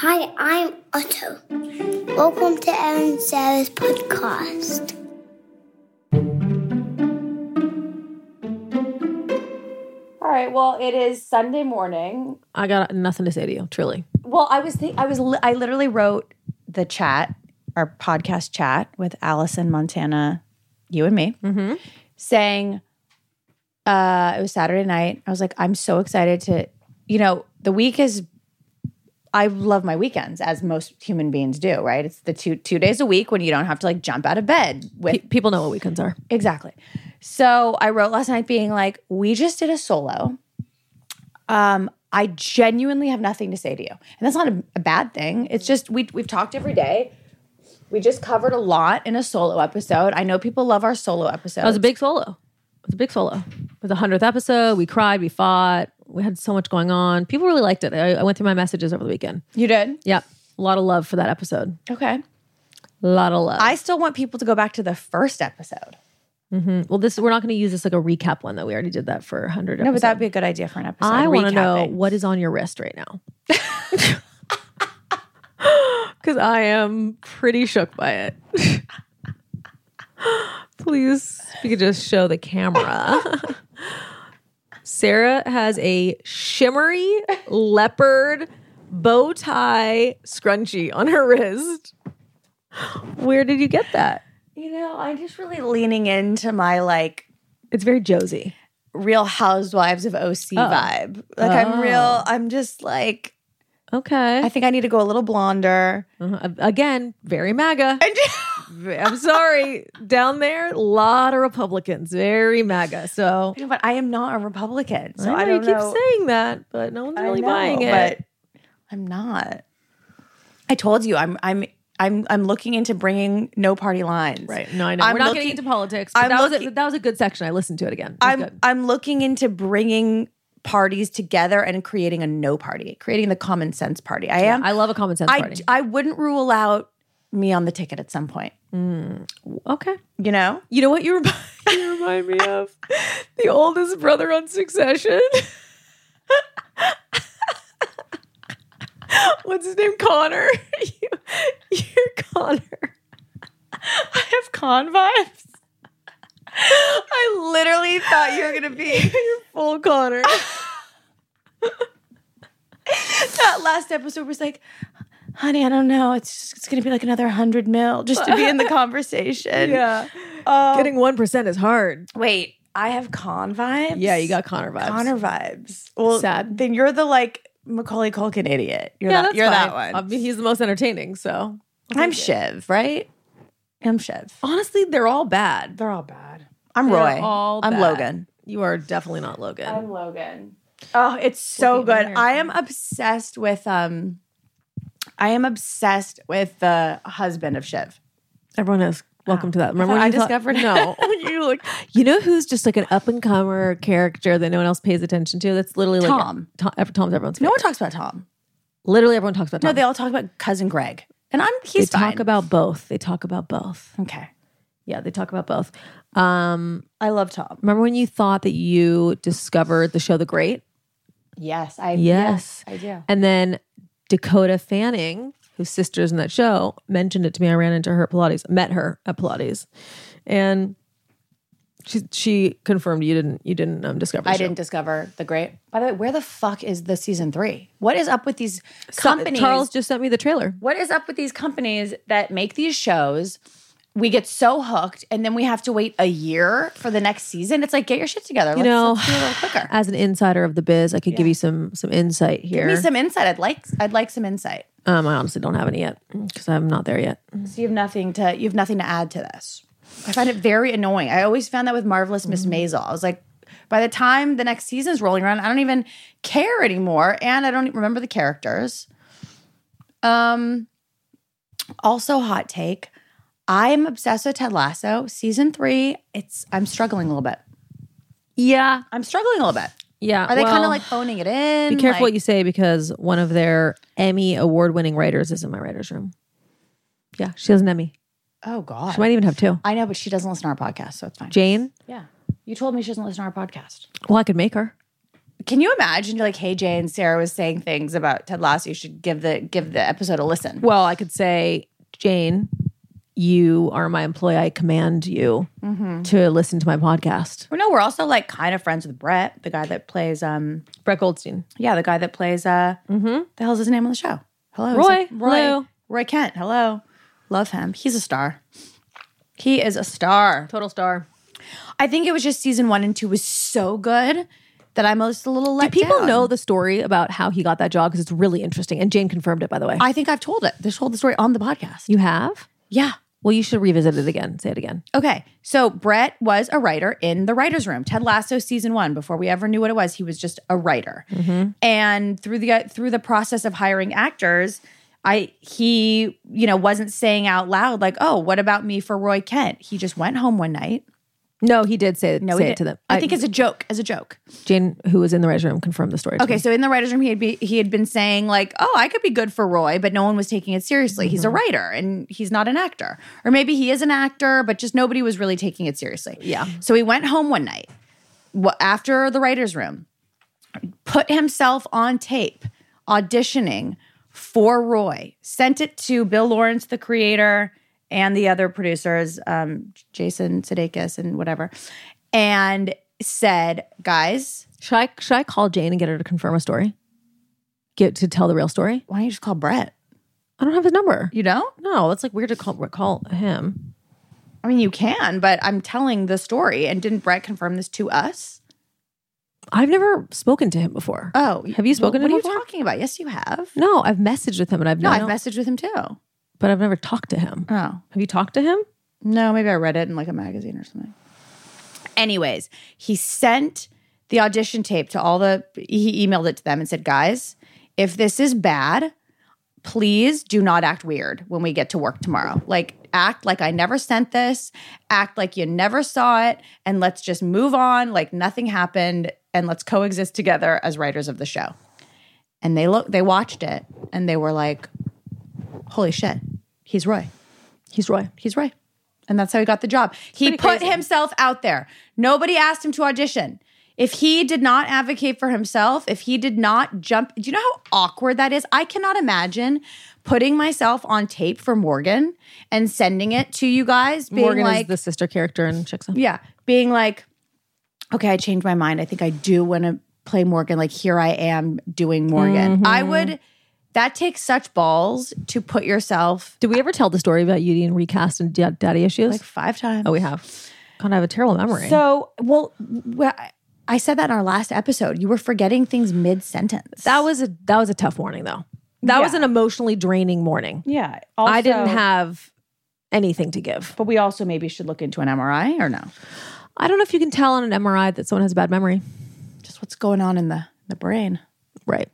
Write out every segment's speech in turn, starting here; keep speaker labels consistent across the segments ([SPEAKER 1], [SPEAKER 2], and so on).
[SPEAKER 1] Hi, I'm Otto. Welcome to Erin Sarah's podcast.
[SPEAKER 2] All right. Well, it is Sunday morning.
[SPEAKER 3] I got nothing to say to you, truly.
[SPEAKER 2] Well, I was think I was li- I literally wrote the chat, our podcast chat with Allison Montana, you and me, saying uh, it was Saturday night. I was like, I'm so excited to, you know, the week is. I love my weekends, as most human beings do. Right? It's the two two days a week when you don't have to like jump out of bed with
[SPEAKER 3] Pe- people know what weekends are.
[SPEAKER 2] Exactly. So I wrote last night being like, we just did a solo. Um, I genuinely have nothing to say to you. And that's not a, a bad thing. It's just we we've talked every day. We just covered a lot in a solo episode. I know people love our solo episodes.
[SPEAKER 3] It was a big solo. It was a big solo. It was the hundredth episode. We cried. We fought. We had so much going on. People really liked it. I, I went through my messages over the weekend.
[SPEAKER 2] you did?
[SPEAKER 3] Yep, a lot of love for that episode.
[SPEAKER 2] Okay.
[SPEAKER 3] A lot of love.
[SPEAKER 2] I still want people to go back to the first episode.
[SPEAKER 3] well, this we're not going to use this like a recap one though. We already did that for hundred.
[SPEAKER 2] No, but that'd be a good idea for an episode.
[SPEAKER 3] I want to know
[SPEAKER 2] Recapping.
[SPEAKER 3] what is on your wrist right now. Because I am pretty shook by it. Please, if you could just show the camera. Sarah has a shimmery leopard bow tie scrunchie on her wrist. Where did you get that?
[SPEAKER 2] You know, I'm just really leaning into my like
[SPEAKER 3] It's very Josie.
[SPEAKER 2] real housewives of OC vibe. Like I'm real, I'm just like
[SPEAKER 3] Okay.
[SPEAKER 2] I think I need to go a little blonder.
[SPEAKER 3] Uh-huh. Again, very MAGA. I'm sorry. Down there, a lot of Republicans, very MAGA. So
[SPEAKER 2] You know, but I am not a Republican, so I,
[SPEAKER 3] I know
[SPEAKER 2] don't
[SPEAKER 3] you keep
[SPEAKER 2] know.
[SPEAKER 3] saying that, but no one's
[SPEAKER 2] I
[SPEAKER 3] really
[SPEAKER 2] know,
[SPEAKER 3] buying it.
[SPEAKER 2] but I'm not. I told you, I'm, I'm, I'm, I'm looking into bringing no party lines.
[SPEAKER 3] right. No, I know.
[SPEAKER 2] I'm
[SPEAKER 3] We're not
[SPEAKER 2] looking-
[SPEAKER 3] getting into politics. But
[SPEAKER 2] I'm
[SPEAKER 3] that, was
[SPEAKER 2] looking-
[SPEAKER 3] a, that was a good section. I listened to it again. It was
[SPEAKER 2] I'm,
[SPEAKER 3] good.
[SPEAKER 2] I'm looking into bringing parties together and creating a no party, creating the common sense party. I am.
[SPEAKER 3] I love a common sense
[SPEAKER 2] I,
[SPEAKER 3] party.
[SPEAKER 2] I wouldn't rule out me on the ticket at some point.
[SPEAKER 3] okay.
[SPEAKER 2] You know.
[SPEAKER 3] You know what you remind, you remind me of? The oldest brother on Succession. What's his name? Connor. you, you're Connor.
[SPEAKER 2] I have con vibes. I literally thought you were gonna be
[SPEAKER 3] Full Connor.
[SPEAKER 2] that last episode was like, honey, I don't know. It's just, it's gonna be like another hundred mil just to be in the conversation.
[SPEAKER 3] yeah.
[SPEAKER 2] Um,
[SPEAKER 3] Getting 1% is hard.
[SPEAKER 2] wait, I have con vibes.
[SPEAKER 3] Yeah, you got Connor vibes.
[SPEAKER 2] Connor vibes. Well,
[SPEAKER 3] Sad.
[SPEAKER 2] Then you're the like Macaulay Culkin idiot. You're that,
[SPEAKER 3] Yeah, that's
[SPEAKER 2] you're that
[SPEAKER 3] fine.
[SPEAKER 2] one.
[SPEAKER 3] I mean, he's the most entertaining, so.
[SPEAKER 2] I'm Shiv, right? I'm Shiv.
[SPEAKER 3] Honestly, they're all bad.
[SPEAKER 2] They're all bad. I'm
[SPEAKER 3] They're
[SPEAKER 2] Roy.
[SPEAKER 3] all
[SPEAKER 2] I'm
[SPEAKER 3] bad.
[SPEAKER 2] Logan.
[SPEAKER 3] You are definitely not Logan.
[SPEAKER 2] Logan. Oh, it's so
[SPEAKER 3] Looking in
[SPEAKER 2] good.
[SPEAKER 3] the mirror.
[SPEAKER 2] I am obsessed with um I am obsessed with the husband of Shiv.
[SPEAKER 3] Everyone is welcome to that. Remember
[SPEAKER 2] thought
[SPEAKER 3] when
[SPEAKER 2] I
[SPEAKER 3] you thought-
[SPEAKER 2] discovered-
[SPEAKER 3] no? you like you know who's just like an up and comer character that no one else pays attention to. That's literally like
[SPEAKER 2] Tom.
[SPEAKER 3] Tom ev- Tom's everyone's.
[SPEAKER 2] No
[SPEAKER 3] favorite.
[SPEAKER 2] one talks about Tom.
[SPEAKER 3] literally everyone talks about Tom.
[SPEAKER 2] No, they all talk about cousin Greg. And I'm he's
[SPEAKER 3] They
[SPEAKER 2] fine.
[SPEAKER 3] talk about both. They talk about both.
[SPEAKER 2] okay.
[SPEAKER 3] Yeah, they talk about both. Um,
[SPEAKER 2] I love Tom.
[SPEAKER 3] remember when you thought that you discovered the show The Great?
[SPEAKER 2] Yes, I
[SPEAKER 3] Yes.
[SPEAKER 2] I do.
[SPEAKER 3] And then Dakota Fanning, whose sister is in that show, mentioned it to me. I ran into her at Pilates, met her at Pilates, and she she confirmed you didn't you didn't um, discover. The
[SPEAKER 2] I
[SPEAKER 3] show.
[SPEAKER 2] didn't discover the great. By the way, where the fuck is the season three? What is up with these
[SPEAKER 3] So-
[SPEAKER 2] companies?
[SPEAKER 3] Uh, Charles just sent me the trailer.
[SPEAKER 2] what is up with these companies that make these shows? We get so hooked, and then we have to wait a year for the next season. It's like get your shit together. You let's,
[SPEAKER 3] know,
[SPEAKER 2] let's do it a little quicker.
[SPEAKER 3] As an insider of the biz, I could give you some some insight
[SPEAKER 2] Give me
[SPEAKER 3] here.
[SPEAKER 2] some insight. I'd like. I'd like some insight.
[SPEAKER 3] um, I honestly don't have any yet because I'm not there yet.
[SPEAKER 2] So you have nothing to. You have nothing to add to this. I find it very annoying. I always found that with marvelous Miss
[SPEAKER 3] Mm-hmm.
[SPEAKER 2] Maisel. I was like, by the time the next season's rolling around, I don't even care anymore, and I don't even remember the characters. Um. Also, hot take. I'm obsessed with Ted Lasso season three. It's I'm struggling a little bit.
[SPEAKER 3] Yeah,
[SPEAKER 2] I'm struggling a little bit.
[SPEAKER 3] yeah.
[SPEAKER 2] Are they kind
[SPEAKER 3] well,
[SPEAKER 2] of like phoning it in?
[SPEAKER 3] Be careful
[SPEAKER 2] Like-
[SPEAKER 3] what you say because one of their Emmy award winning writers is in my writers room. Yeah, she has an Emmy.
[SPEAKER 2] oh God,
[SPEAKER 3] She might even have two.
[SPEAKER 2] I know, but she doesn't listen to our podcast, so it's fine.
[SPEAKER 3] Jane.
[SPEAKER 2] yeah, you told me she doesn't listen to our podcast.
[SPEAKER 3] Well, I could make her.
[SPEAKER 2] Can you imagine? You're like, hey, Jay and Sarah was saying things about Ted Lasso. You should give the give the episode a listen.
[SPEAKER 3] Well, I could say, Jane, you are my employee. I command you to listen to my podcast.
[SPEAKER 2] Well, no, we're also like kind of friends with Brett, the guy that plays um
[SPEAKER 3] Brett Goldstein.
[SPEAKER 2] yeah, the guy that plays uh the hell's his name on the show? Hello. he's
[SPEAKER 3] Mm-hmm. Roy.
[SPEAKER 2] like- Roy.
[SPEAKER 3] Hello.
[SPEAKER 2] Roy Kent. Hello. Love him. He's a star. He is a star.
[SPEAKER 3] Total star.
[SPEAKER 2] I think it was just season one and two was so good that I'm just a little let
[SPEAKER 3] People
[SPEAKER 2] down.
[SPEAKER 3] know the story about how he got that job because it's really interesting. And Jane confirmed it, by the way.
[SPEAKER 2] I think I've told it. They told the story on the podcast.
[SPEAKER 3] you have?
[SPEAKER 2] Yeah.
[SPEAKER 3] Well, you should revisit it again. Say it again.
[SPEAKER 2] Okay. So Brett was a writer in the writer's room. Ted Lasso season one, before we ever knew what it was, he was just a writer.
[SPEAKER 3] Mm-hmm.
[SPEAKER 2] And through the through the process of hiring actors, I he, you know, wasn't saying out loud like, "Oh, what about me for Roy Kent?" He just went home one night.
[SPEAKER 3] No, he did say,
[SPEAKER 2] No,
[SPEAKER 3] say
[SPEAKER 2] he
[SPEAKER 3] it to them.
[SPEAKER 2] I, think it's a joke, as a joke.
[SPEAKER 3] Jane, who was in the writer's room, confirmed the story. to
[SPEAKER 2] Okay,
[SPEAKER 3] me.
[SPEAKER 2] so in the writers' room, he had be, he had been saying like, "Oh, I could be good for Roy," but no one was taking it seriously. He's a writer and he's not an actor, or maybe he is an actor, but just nobody was really taking it seriously.
[SPEAKER 3] Yeah.
[SPEAKER 2] So he went home one night wh- after the writers' room, put himself on tape auditioning for Roy, sent it to Bill Lawrence, the creator, and the other producers, um, Jason Sudeikis and whatever, and said, "Guys."
[SPEAKER 3] Should I should I call Jane and get her to confirm a story? Get to tell the real story?
[SPEAKER 2] Why don't you just call Brett?
[SPEAKER 3] I don't have his number.
[SPEAKER 2] You don't?
[SPEAKER 3] No, it's like weird to call call him.
[SPEAKER 2] I mean, you can, but I'm telling the story. And didn't Brett confirm this to us?
[SPEAKER 3] I've never spoken to him before.
[SPEAKER 2] Oh,
[SPEAKER 3] Have you spoken
[SPEAKER 2] well,
[SPEAKER 3] to him
[SPEAKER 2] What are
[SPEAKER 3] before?
[SPEAKER 2] you talking about? Yes, you have.
[SPEAKER 3] no, I've messaged with him and I've
[SPEAKER 2] No,
[SPEAKER 3] no,
[SPEAKER 2] I've messaged with him too.
[SPEAKER 3] but I've never talked to him.
[SPEAKER 2] Oh,
[SPEAKER 3] Have you talked to him?
[SPEAKER 2] no, maybe I read it in like a magazine or something. Anyways, he sent the audition tape to all the, he emailed it to them and said, guys, if this is bad, please do not act weird when we get to work tomorrow. Like, act like I never sent this, act like you never saw it, and let's just move on like nothing happened and let's coexist together as writers of the show. And they look they watched it and they were like, "Holy shit. He's Roy.
[SPEAKER 3] He's Roy.
[SPEAKER 2] He's Roy." And that's how he got the job. He put himself out there. Nobody asked him to audition. If he did not advocate for himself, if he did not jump, do you know how awkward that is? I cannot imagine putting myself on tape for Morgan and sending it to you guys, being
[SPEAKER 3] Morgan
[SPEAKER 2] like,
[SPEAKER 3] is the sister character in Chicks.
[SPEAKER 2] yeah, being like, okay, I changed my mind. I think I do want to play Morgan. Like, here I am doing Morgan. I
[SPEAKER 3] Mm-hmm.
[SPEAKER 2] would, that takes such balls to put yourself
[SPEAKER 3] Did we ever tell the story about you being recast and da- daddy issues?
[SPEAKER 2] like five times.
[SPEAKER 3] oh, we have. God, I have a terrible memory.
[SPEAKER 2] So, well, well, I said that in our last episode. You were forgetting things mid sentence.
[SPEAKER 3] that was a that was a tough morning though. That was
[SPEAKER 2] Yeah.
[SPEAKER 3] an emotionally draining morning.
[SPEAKER 2] yeah.
[SPEAKER 3] I didn't have anything to give.
[SPEAKER 2] but we also maybe should look into an MRI or no?
[SPEAKER 3] I don't know if you can tell on an MRI that someone has a bad memory.
[SPEAKER 2] Just what's going on in the the brain.
[SPEAKER 3] Right.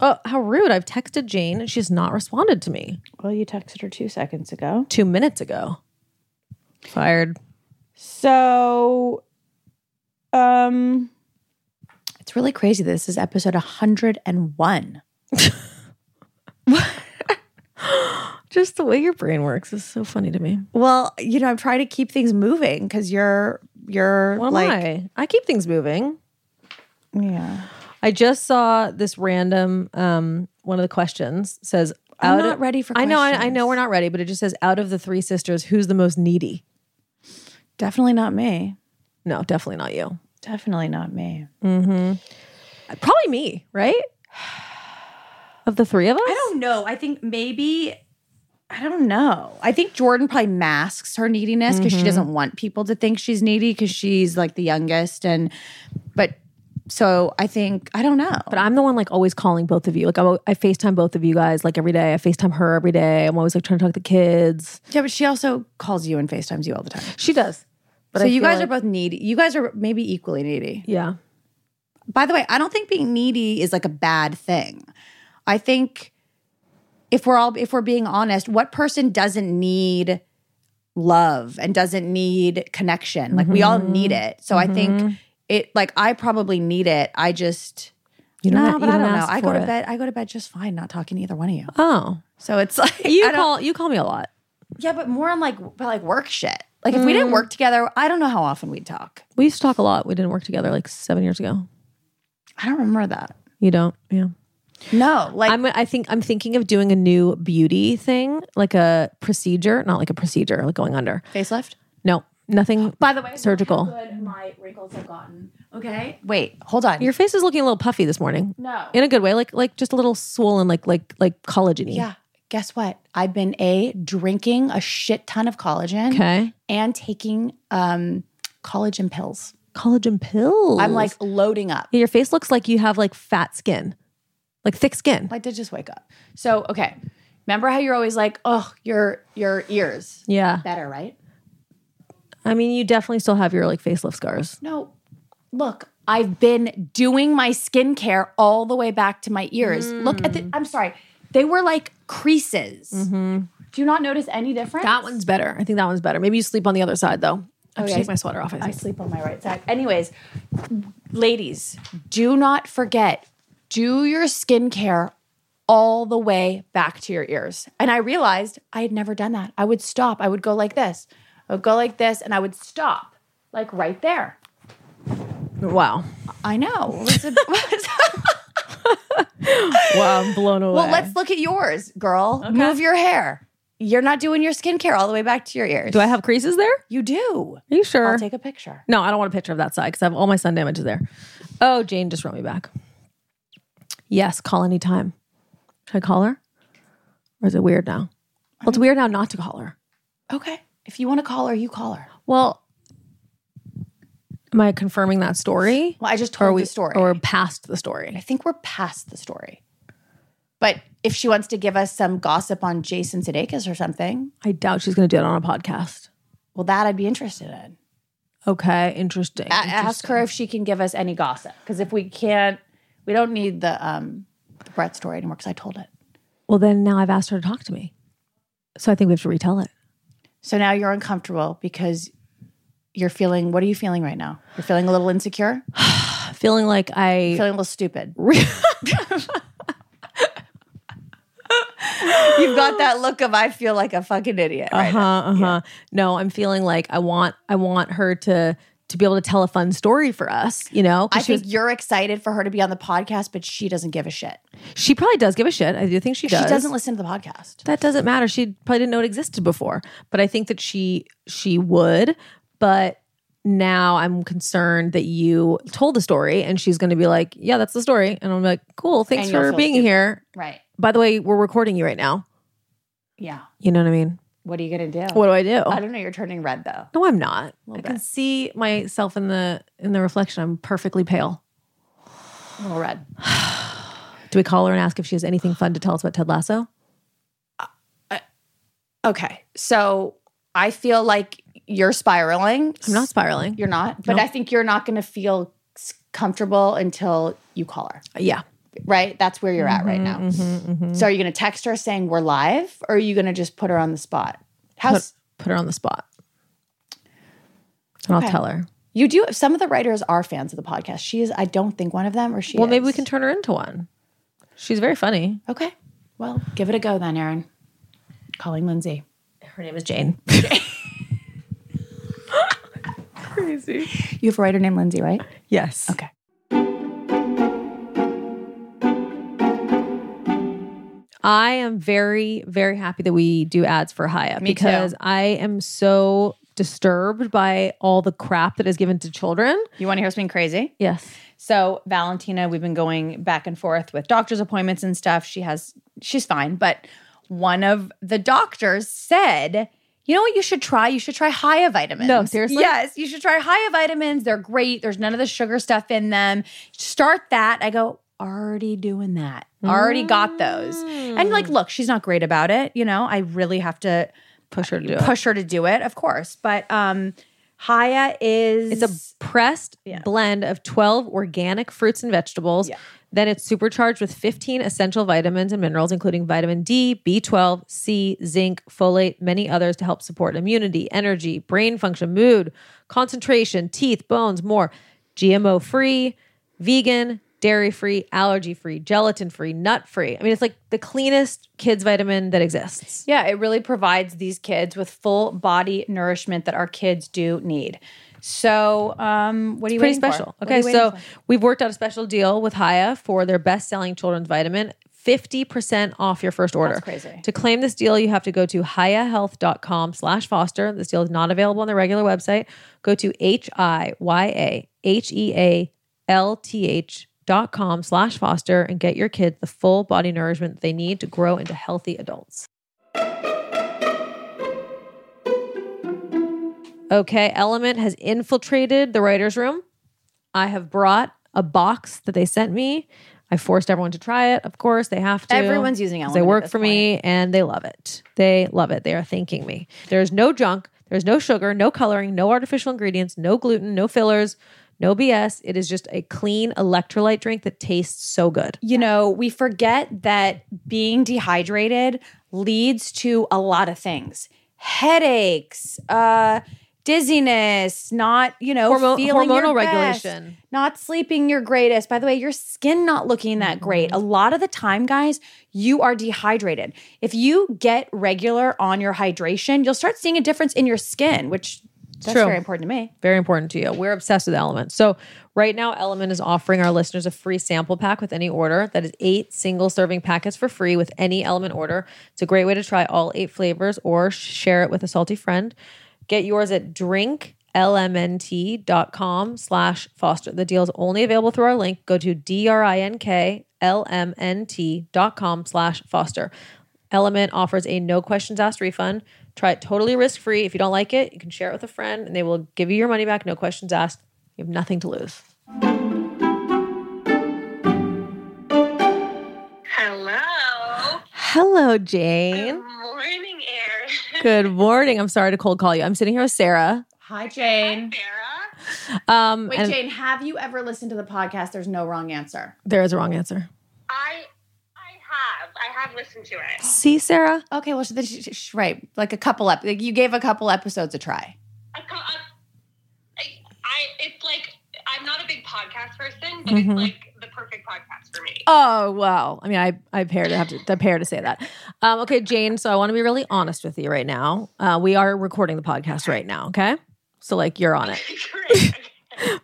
[SPEAKER 3] Oh, how rude. I've texted Jane and she's not responded to me
[SPEAKER 2] Well, you texted her two seconds ago.
[SPEAKER 3] two minutes ago. Fired.
[SPEAKER 2] So, um, it's really crazy. that This is episode one hundred and one.
[SPEAKER 3] Just the way your brain works is so funny to me.
[SPEAKER 2] Well, you know, I'm trying to keep things moving because you're you're
[SPEAKER 3] What am
[SPEAKER 2] like
[SPEAKER 3] I? I keep things moving.
[SPEAKER 2] yeah.
[SPEAKER 3] I just saw this random um one of the questions says
[SPEAKER 2] I'm
[SPEAKER 3] out
[SPEAKER 2] not
[SPEAKER 3] of-
[SPEAKER 2] ready for
[SPEAKER 3] I know I, I
[SPEAKER 2] questions.
[SPEAKER 3] know we're not ready, but it just says out of the three sisters, who's the most needy?
[SPEAKER 2] Definitely not me.
[SPEAKER 3] No, definitely not you.
[SPEAKER 2] Definitely not me.
[SPEAKER 3] Probably me, right? Of the three of us?
[SPEAKER 2] I don't know. I think maybe I don't know. I think Jordan probably masks her neediness because she doesn't want people to think she's needy because she's like the youngest and but so I think I don't know.
[SPEAKER 3] But I'm the one like always calling both of you. Like I'm, I FaceTime both of you guys like every day. I FaceTime her every day. I'm always like trying to talk to the kids.
[SPEAKER 2] yeah, but she also calls you and FaceTimes you all the time.
[SPEAKER 3] She does. But
[SPEAKER 2] so
[SPEAKER 3] I
[SPEAKER 2] you
[SPEAKER 3] feel
[SPEAKER 2] guys are
[SPEAKER 3] like-
[SPEAKER 2] both needy. You guys are maybe equally needy.
[SPEAKER 3] Yeah.
[SPEAKER 2] By the way, I don't think being needy is like a bad thing. I think if we're all if we're being honest, what person doesn't need love and doesn't need connection? Like we all need it. So I think it like I probably need it. I just
[SPEAKER 3] You don't
[SPEAKER 2] no,
[SPEAKER 3] a- you
[SPEAKER 2] but I
[SPEAKER 3] don't
[SPEAKER 2] don't know.
[SPEAKER 3] ask
[SPEAKER 2] I go
[SPEAKER 3] for
[SPEAKER 2] to
[SPEAKER 3] it.
[SPEAKER 2] bed. I go to bed just fine, not talking to either one of you.
[SPEAKER 3] Oh.
[SPEAKER 2] So it's like
[SPEAKER 3] You
[SPEAKER 2] I don't-
[SPEAKER 3] call you call me a lot.
[SPEAKER 2] yeah, but more on like but like work shit. Like if we didn't work together, I don't know how often we'd talk.
[SPEAKER 3] We used to talk a lot. We didn't work together like seven years ago.
[SPEAKER 2] I don't remember that.
[SPEAKER 3] You don't? Yeah.
[SPEAKER 2] No, like
[SPEAKER 3] I'm I think I'm thinking of doing a new beauty thing, like a procedure, not like a procedure, like going under.
[SPEAKER 2] facelift.
[SPEAKER 3] No, nothing.
[SPEAKER 2] By the way, look how
[SPEAKER 3] Surgical.
[SPEAKER 2] good my wrinkles have gotten. Okay. Wait, hold on.
[SPEAKER 3] Your face is looking a little puffy this morning.
[SPEAKER 2] no.
[SPEAKER 3] In a good way, like like just a little swollen, like like like collagen.
[SPEAKER 2] yeah. Guess what? I've been a drinking a shit ton of collagen
[SPEAKER 3] Okay.
[SPEAKER 2] and taking um collagen pills.
[SPEAKER 3] Collagen pills.
[SPEAKER 2] I'm like loading up.
[SPEAKER 3] Yeah, your face looks like you have like fat skin, like thick skin.
[SPEAKER 2] I did just wake up. So okay, remember how you're always like, oh, your your ears
[SPEAKER 3] yeah.
[SPEAKER 2] better, right?
[SPEAKER 3] I mean, you definitely still have your like facelift scars.
[SPEAKER 2] No, look, I've been doing my skincare all the way back to my ears. Look at the. I'm sorry, they were like creases. Do you not notice any difference?
[SPEAKER 3] That one's better. I think that one's better. Maybe you sleep on the other side though. I have to
[SPEAKER 2] Okay.
[SPEAKER 3] take my sweater off. I
[SPEAKER 2] I
[SPEAKER 3] think.
[SPEAKER 2] sleep on my right side. Anyways, ladies, do not forget do your skincare all the way back to your ears. And I realized I had never done that. I would stop. I would go like this. I would go like this and I would stop like right there.
[SPEAKER 3] wow.
[SPEAKER 2] I know. It was a-
[SPEAKER 3] Wow. I'm blown away.
[SPEAKER 2] well, let's look at yours, girl. Move your hair. You're not doing your skincare all the way back to your ears.
[SPEAKER 3] Do I have creases there?
[SPEAKER 2] You do.
[SPEAKER 3] Are you sure?
[SPEAKER 2] I'll take a picture.
[SPEAKER 3] No, I don't want a picture of that side because I have all my sun damages there. Oh, Jane just wrote me back. Yes, call anytime. Should I call her? Or is it weird now? Well, it's weird now not to call her.
[SPEAKER 2] Okay. If you want to call her, you call her.
[SPEAKER 3] Well, am I confirming that story?
[SPEAKER 2] Well, I just
[SPEAKER 3] Or
[SPEAKER 2] told
[SPEAKER 3] we,
[SPEAKER 2] the story.
[SPEAKER 3] Or we're past the
[SPEAKER 2] I
[SPEAKER 3] story?
[SPEAKER 2] think we're past the story. But if she wants to give us some gossip on Jason Sudeikis or something,
[SPEAKER 3] I doubt she's going to do it on a podcast.
[SPEAKER 2] well, that I'd be interested in.
[SPEAKER 3] Okay, interesting.
[SPEAKER 2] A- ask her if she can give us any gossip because if we can't, we don't need the um, the Brett story anymore because I told it.
[SPEAKER 3] well, then now I've asked her to talk to me. So I think we have to retell it.
[SPEAKER 2] So now you're uncomfortable because you're feeling. What are you feeling right now? You're feeling a little insecure.
[SPEAKER 3] Feeling like I.
[SPEAKER 2] feeling a little stupid. You've got that look of I feel like a fucking idiot. Right
[SPEAKER 3] Uh-huh, uh-huh. No, I'm feeling like I want I want her to to be able to tell a fun story for us, you know? 'Cause
[SPEAKER 2] I
[SPEAKER 3] she,
[SPEAKER 2] think you're excited for her to be on the podcast, but she doesn't give a shit.
[SPEAKER 3] she probably does give a shit. I do think she does.
[SPEAKER 2] She doesn't listen to the podcast.
[SPEAKER 3] that doesn't matter. She probably didn't know it existed before. But I think that she she would, but now I'm concerned that you told the story and she's going to be like, "Yeah, that's the story." And I'm like, "Cool, thanks
[SPEAKER 2] And you'll
[SPEAKER 3] for
[SPEAKER 2] feel
[SPEAKER 3] being
[SPEAKER 2] stupid.
[SPEAKER 3] here."
[SPEAKER 2] Right.
[SPEAKER 3] By the way, we're recording you right now.
[SPEAKER 2] Yeah.
[SPEAKER 3] You know what I mean?
[SPEAKER 2] What are you gonna do?
[SPEAKER 3] What do I do?
[SPEAKER 2] I don't know. You're turning red though.
[SPEAKER 3] no, I'm not. I can
[SPEAKER 2] bit.
[SPEAKER 3] see myself in the in the reflection. I'm perfectly pale.
[SPEAKER 2] A little red.
[SPEAKER 3] Do we call her and ask if she has anything fun to tell us about Ted Lasso?
[SPEAKER 2] Okay. So I feel like you're spiraling.
[SPEAKER 3] I'm not spiraling.
[SPEAKER 2] You're not. But I think you're not gonna feel s- comfortable until you call her.
[SPEAKER 3] Yeah.
[SPEAKER 2] Right. That's where you're at right now. So are you gonna text her saying we're live, or are you gonna just put her on the spot? How
[SPEAKER 3] Put, put her on the spot. And
[SPEAKER 2] Okay.
[SPEAKER 3] I'll tell her.
[SPEAKER 2] you do? Some of the writers are fans of the podcast. She is. I don't think one of them, or she.
[SPEAKER 3] Well, maybe we
[SPEAKER 2] is.
[SPEAKER 3] can turn her into one. She's very funny.
[SPEAKER 2] Okay. Well, give it a go then, Erin. Calling Lindsay.
[SPEAKER 3] Her name is Jane. Crazy.
[SPEAKER 2] You have a writer named Lindsay, right?
[SPEAKER 3] Yes.
[SPEAKER 2] Okay.
[SPEAKER 3] I am very, very happy that we do ads for Haya
[SPEAKER 2] Me
[SPEAKER 3] because
[SPEAKER 2] too.
[SPEAKER 3] I am so disturbed by all the crap that is given to children.
[SPEAKER 2] You want to hear something crazy?
[SPEAKER 3] Yes.
[SPEAKER 2] So, Valentina, we've been going back and forth with doctor's appointments and stuff. She has, she's fine. But one of the doctors said, you know what you should try? You should try Haya vitamins.
[SPEAKER 3] No, seriously?
[SPEAKER 2] Yes, you should try Haya vitamins. They're great. There's none of the sugar stuff in them. Start that. I go, already doing that. Already got those. And like, look, she's not great about it. You know, I really have to
[SPEAKER 3] Push her to do it.
[SPEAKER 2] push her to do it, of course. But um Haya is
[SPEAKER 3] It's a pressed
[SPEAKER 2] Yeah.
[SPEAKER 3] blend of 12 organic fruits and vegetables.
[SPEAKER 2] Yeah.
[SPEAKER 3] Then it's supercharged with 15 essential vitamins and minerals, including vitamin D, B12, C, zinc, folate, many others to help support immunity, energy, brain function, mood, concentration, teeth, bones, more. GMO free, vegan, dairy free, allergy free, gelatin free, nut free. I mean, it's like the cleanest kids' vitamin that exists.
[SPEAKER 2] Yeah, it really provides these kids with full body nourishment that our kids do need. So, um, what are you
[SPEAKER 3] pretty
[SPEAKER 2] waiting for?
[SPEAKER 3] special.
[SPEAKER 2] What are
[SPEAKER 3] Okay,
[SPEAKER 2] you waiting
[SPEAKER 3] so
[SPEAKER 2] for?
[SPEAKER 3] we've worked out a special deal with Haya for their best-selling children's vitamin, 50% off your first order.
[SPEAKER 2] crazy.
[SPEAKER 3] To claim this deal, you have to go to hayahealth.com slash foster. This deal is not available on the regular website. Go to E H-I-Y-A-H-E-A-L-T-H dot com slash foster and get your kids the full body nourishment they need to grow into healthy adults. Okay, Element has infiltrated the writer's room. I have brought a box that they sent me. I forced everyone to try it. Of course, they have to.
[SPEAKER 2] Everyone's using
[SPEAKER 3] 'cause
[SPEAKER 2] Element at
[SPEAKER 3] They work
[SPEAKER 2] this
[SPEAKER 3] for me and they love it. They love it. They are thanking me. There's no junk, there's no sugar, no coloring, no artificial ingredients, no gluten, no fillers, no BS. It is just a clean electrolyte drink that tastes so good.
[SPEAKER 2] you know, we forget that being dehydrated leads to a lot of things headaches, uh, dizziness, not, you know,
[SPEAKER 3] Hormo-
[SPEAKER 2] feeling your
[SPEAKER 3] hormonal
[SPEAKER 2] best,
[SPEAKER 3] regulation.
[SPEAKER 2] not sleeping your greatest. By the way, your skin not looking that great.
[SPEAKER 3] Mm-hmm.
[SPEAKER 2] A lot of the time, guys, you are dehydrated. If you get regular on your hydration, you'll start seeing a difference in your skin, which that's
[SPEAKER 3] True.
[SPEAKER 2] very important to me.
[SPEAKER 3] very important to you. We're obsessed with Element. So right now, Element is offering our listeners a free sample pack with any order. That is eight single serving packets for free with any Element order. It's a great way to try all eight flavors or share it with a salty friend. Get yours at drinklmnt.com slash foster. The deal is only available through our link. Go to D-R-I-N-K-L-M-N-T dot com slash foster. Element offers a no questions asked refund. Try it totally risk free. If you don't like it, you can share it with a friend and they will give you your money back, no questions asked. You have nothing to lose.
[SPEAKER 4] Hello.
[SPEAKER 3] Hello, Jane.
[SPEAKER 4] Good morning, Air.
[SPEAKER 3] Good morning. I'm sorry to cold call you. I'm sitting here with Sarah.
[SPEAKER 2] Hi, Jane.
[SPEAKER 4] Sarah.
[SPEAKER 3] Um,
[SPEAKER 2] Wait,
[SPEAKER 3] and
[SPEAKER 2] Jane, have you ever listened to the podcast? There's no wrong answer.
[SPEAKER 3] there is a wrong answer.
[SPEAKER 4] I I have. I have listened to it.
[SPEAKER 3] See, Sarah?
[SPEAKER 2] Okay, well, sh- sh- sh- right, like a couple ep- like you gave a couple episodes a try.
[SPEAKER 4] I, co- I, I- I it's like I'm not a big podcast person, but
[SPEAKER 3] Mm-hmm.
[SPEAKER 4] it's like the perfect podcast for me.
[SPEAKER 3] Oh wow! I mean, I I pair to have to, to pair to say that. Um, okay, Jane. So I want to be really honest with you right now. Uh, we are recording the podcast right now. Okay, so like you're on it,
[SPEAKER 4] Great.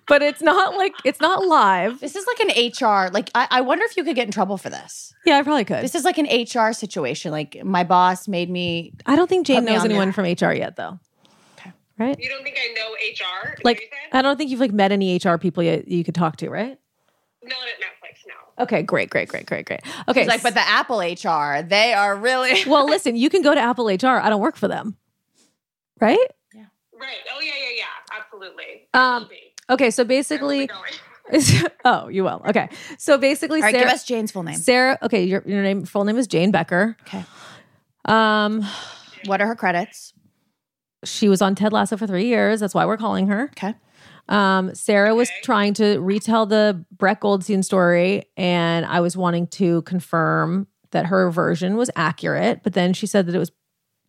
[SPEAKER 3] but it's not like it's not live.
[SPEAKER 2] This is like an HR. Like, I, I wonder if you could get in trouble for this.
[SPEAKER 3] Yeah, I probably could.
[SPEAKER 2] This is like an HR situation. Like, my boss made me.
[SPEAKER 3] I don't think Jane
[SPEAKER 2] Put me
[SPEAKER 3] knows
[SPEAKER 2] on
[SPEAKER 3] anyone from HR yet, though. Right?
[SPEAKER 4] You don't think I know HR? Is that
[SPEAKER 3] Like, uh,
[SPEAKER 4] what you said?
[SPEAKER 3] I don't think you've like met any HR people yet you could talk to, right?
[SPEAKER 4] not at Netflix, no.
[SPEAKER 3] Okay, great, great, great, great, great. Okay,
[SPEAKER 2] It's like, but the Apple HR, they are really.
[SPEAKER 3] well, listen, you can go to Apple HR. I don't work for them, right?
[SPEAKER 4] Right. Oh yeah, yeah, yeah. Absolutely.
[SPEAKER 3] Um,
[SPEAKER 4] Maybe.
[SPEAKER 3] Okay, so
[SPEAKER 4] Where are we
[SPEAKER 3] basically,
[SPEAKER 4] going?
[SPEAKER 3] oh, you will. Okay, so basically,
[SPEAKER 2] All right,
[SPEAKER 3] Sarah,
[SPEAKER 2] give us Jane's full name.
[SPEAKER 3] Sarah. Okay, your your name full name is Jane Becker.
[SPEAKER 2] Okay.
[SPEAKER 3] Um,
[SPEAKER 2] What are her credits?
[SPEAKER 3] she was on Ted Lasso for three years. That's why we're calling her.
[SPEAKER 2] Okay.
[SPEAKER 3] Um, Sarah was
[SPEAKER 4] Okay.
[SPEAKER 3] trying to retell the Brett Goldstein story, and I was wanting to confirm that her version was accurate. But then she said that it was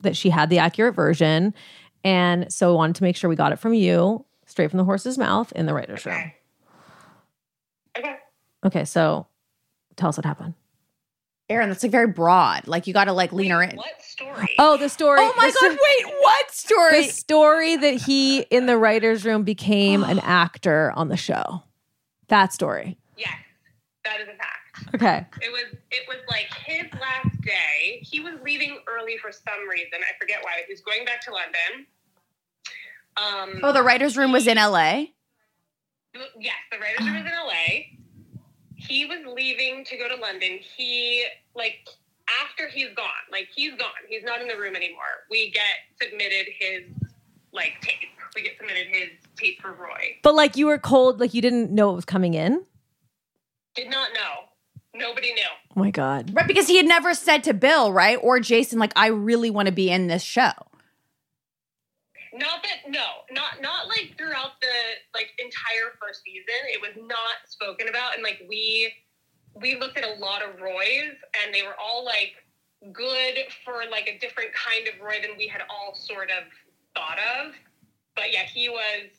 [SPEAKER 3] that she had the accurate version, and so I wanted to make sure we got it from you straight from the horse's mouth in the writers' room.
[SPEAKER 4] Okay. Okay.
[SPEAKER 3] Okay, so tell us what happened.
[SPEAKER 2] Aaron, that's like very broad. Like, you got to like lean her in.
[SPEAKER 4] What story?
[SPEAKER 3] Oh, the story.
[SPEAKER 2] Oh my
[SPEAKER 3] the
[SPEAKER 2] God, wait, what
[SPEAKER 3] The
[SPEAKER 2] story?
[SPEAKER 3] story that he in the writers' room became an actor on the show. That story.
[SPEAKER 4] Yes. That is a fact.
[SPEAKER 3] Okay.
[SPEAKER 4] It was it was like his last day. He was leaving early for some reason. I forget why. He was going back to London. Um,
[SPEAKER 2] Oh, the writer's room was in LA.
[SPEAKER 4] yes, the writer's room was in LA. He was leaving to go to London. He like after he's gone, like he's gone. He's not in the room anymore. We get submitted his like tape. We get submitted his tape for Roy.
[SPEAKER 3] But like you were cold, like you didn't know it was coming in.
[SPEAKER 4] Did not know. Nobody knew.
[SPEAKER 3] Oh my God.
[SPEAKER 2] Right, because he had never said to Bill, right, or Jason, like, I really want to be in this show.
[SPEAKER 4] Not that no, not not like throughout the like entire first season. It was not spoken about, and like we we looked at a lot of Roy's, and they were all like good for like a different kind of Roy than we had all sort of thought of. But yeah, he was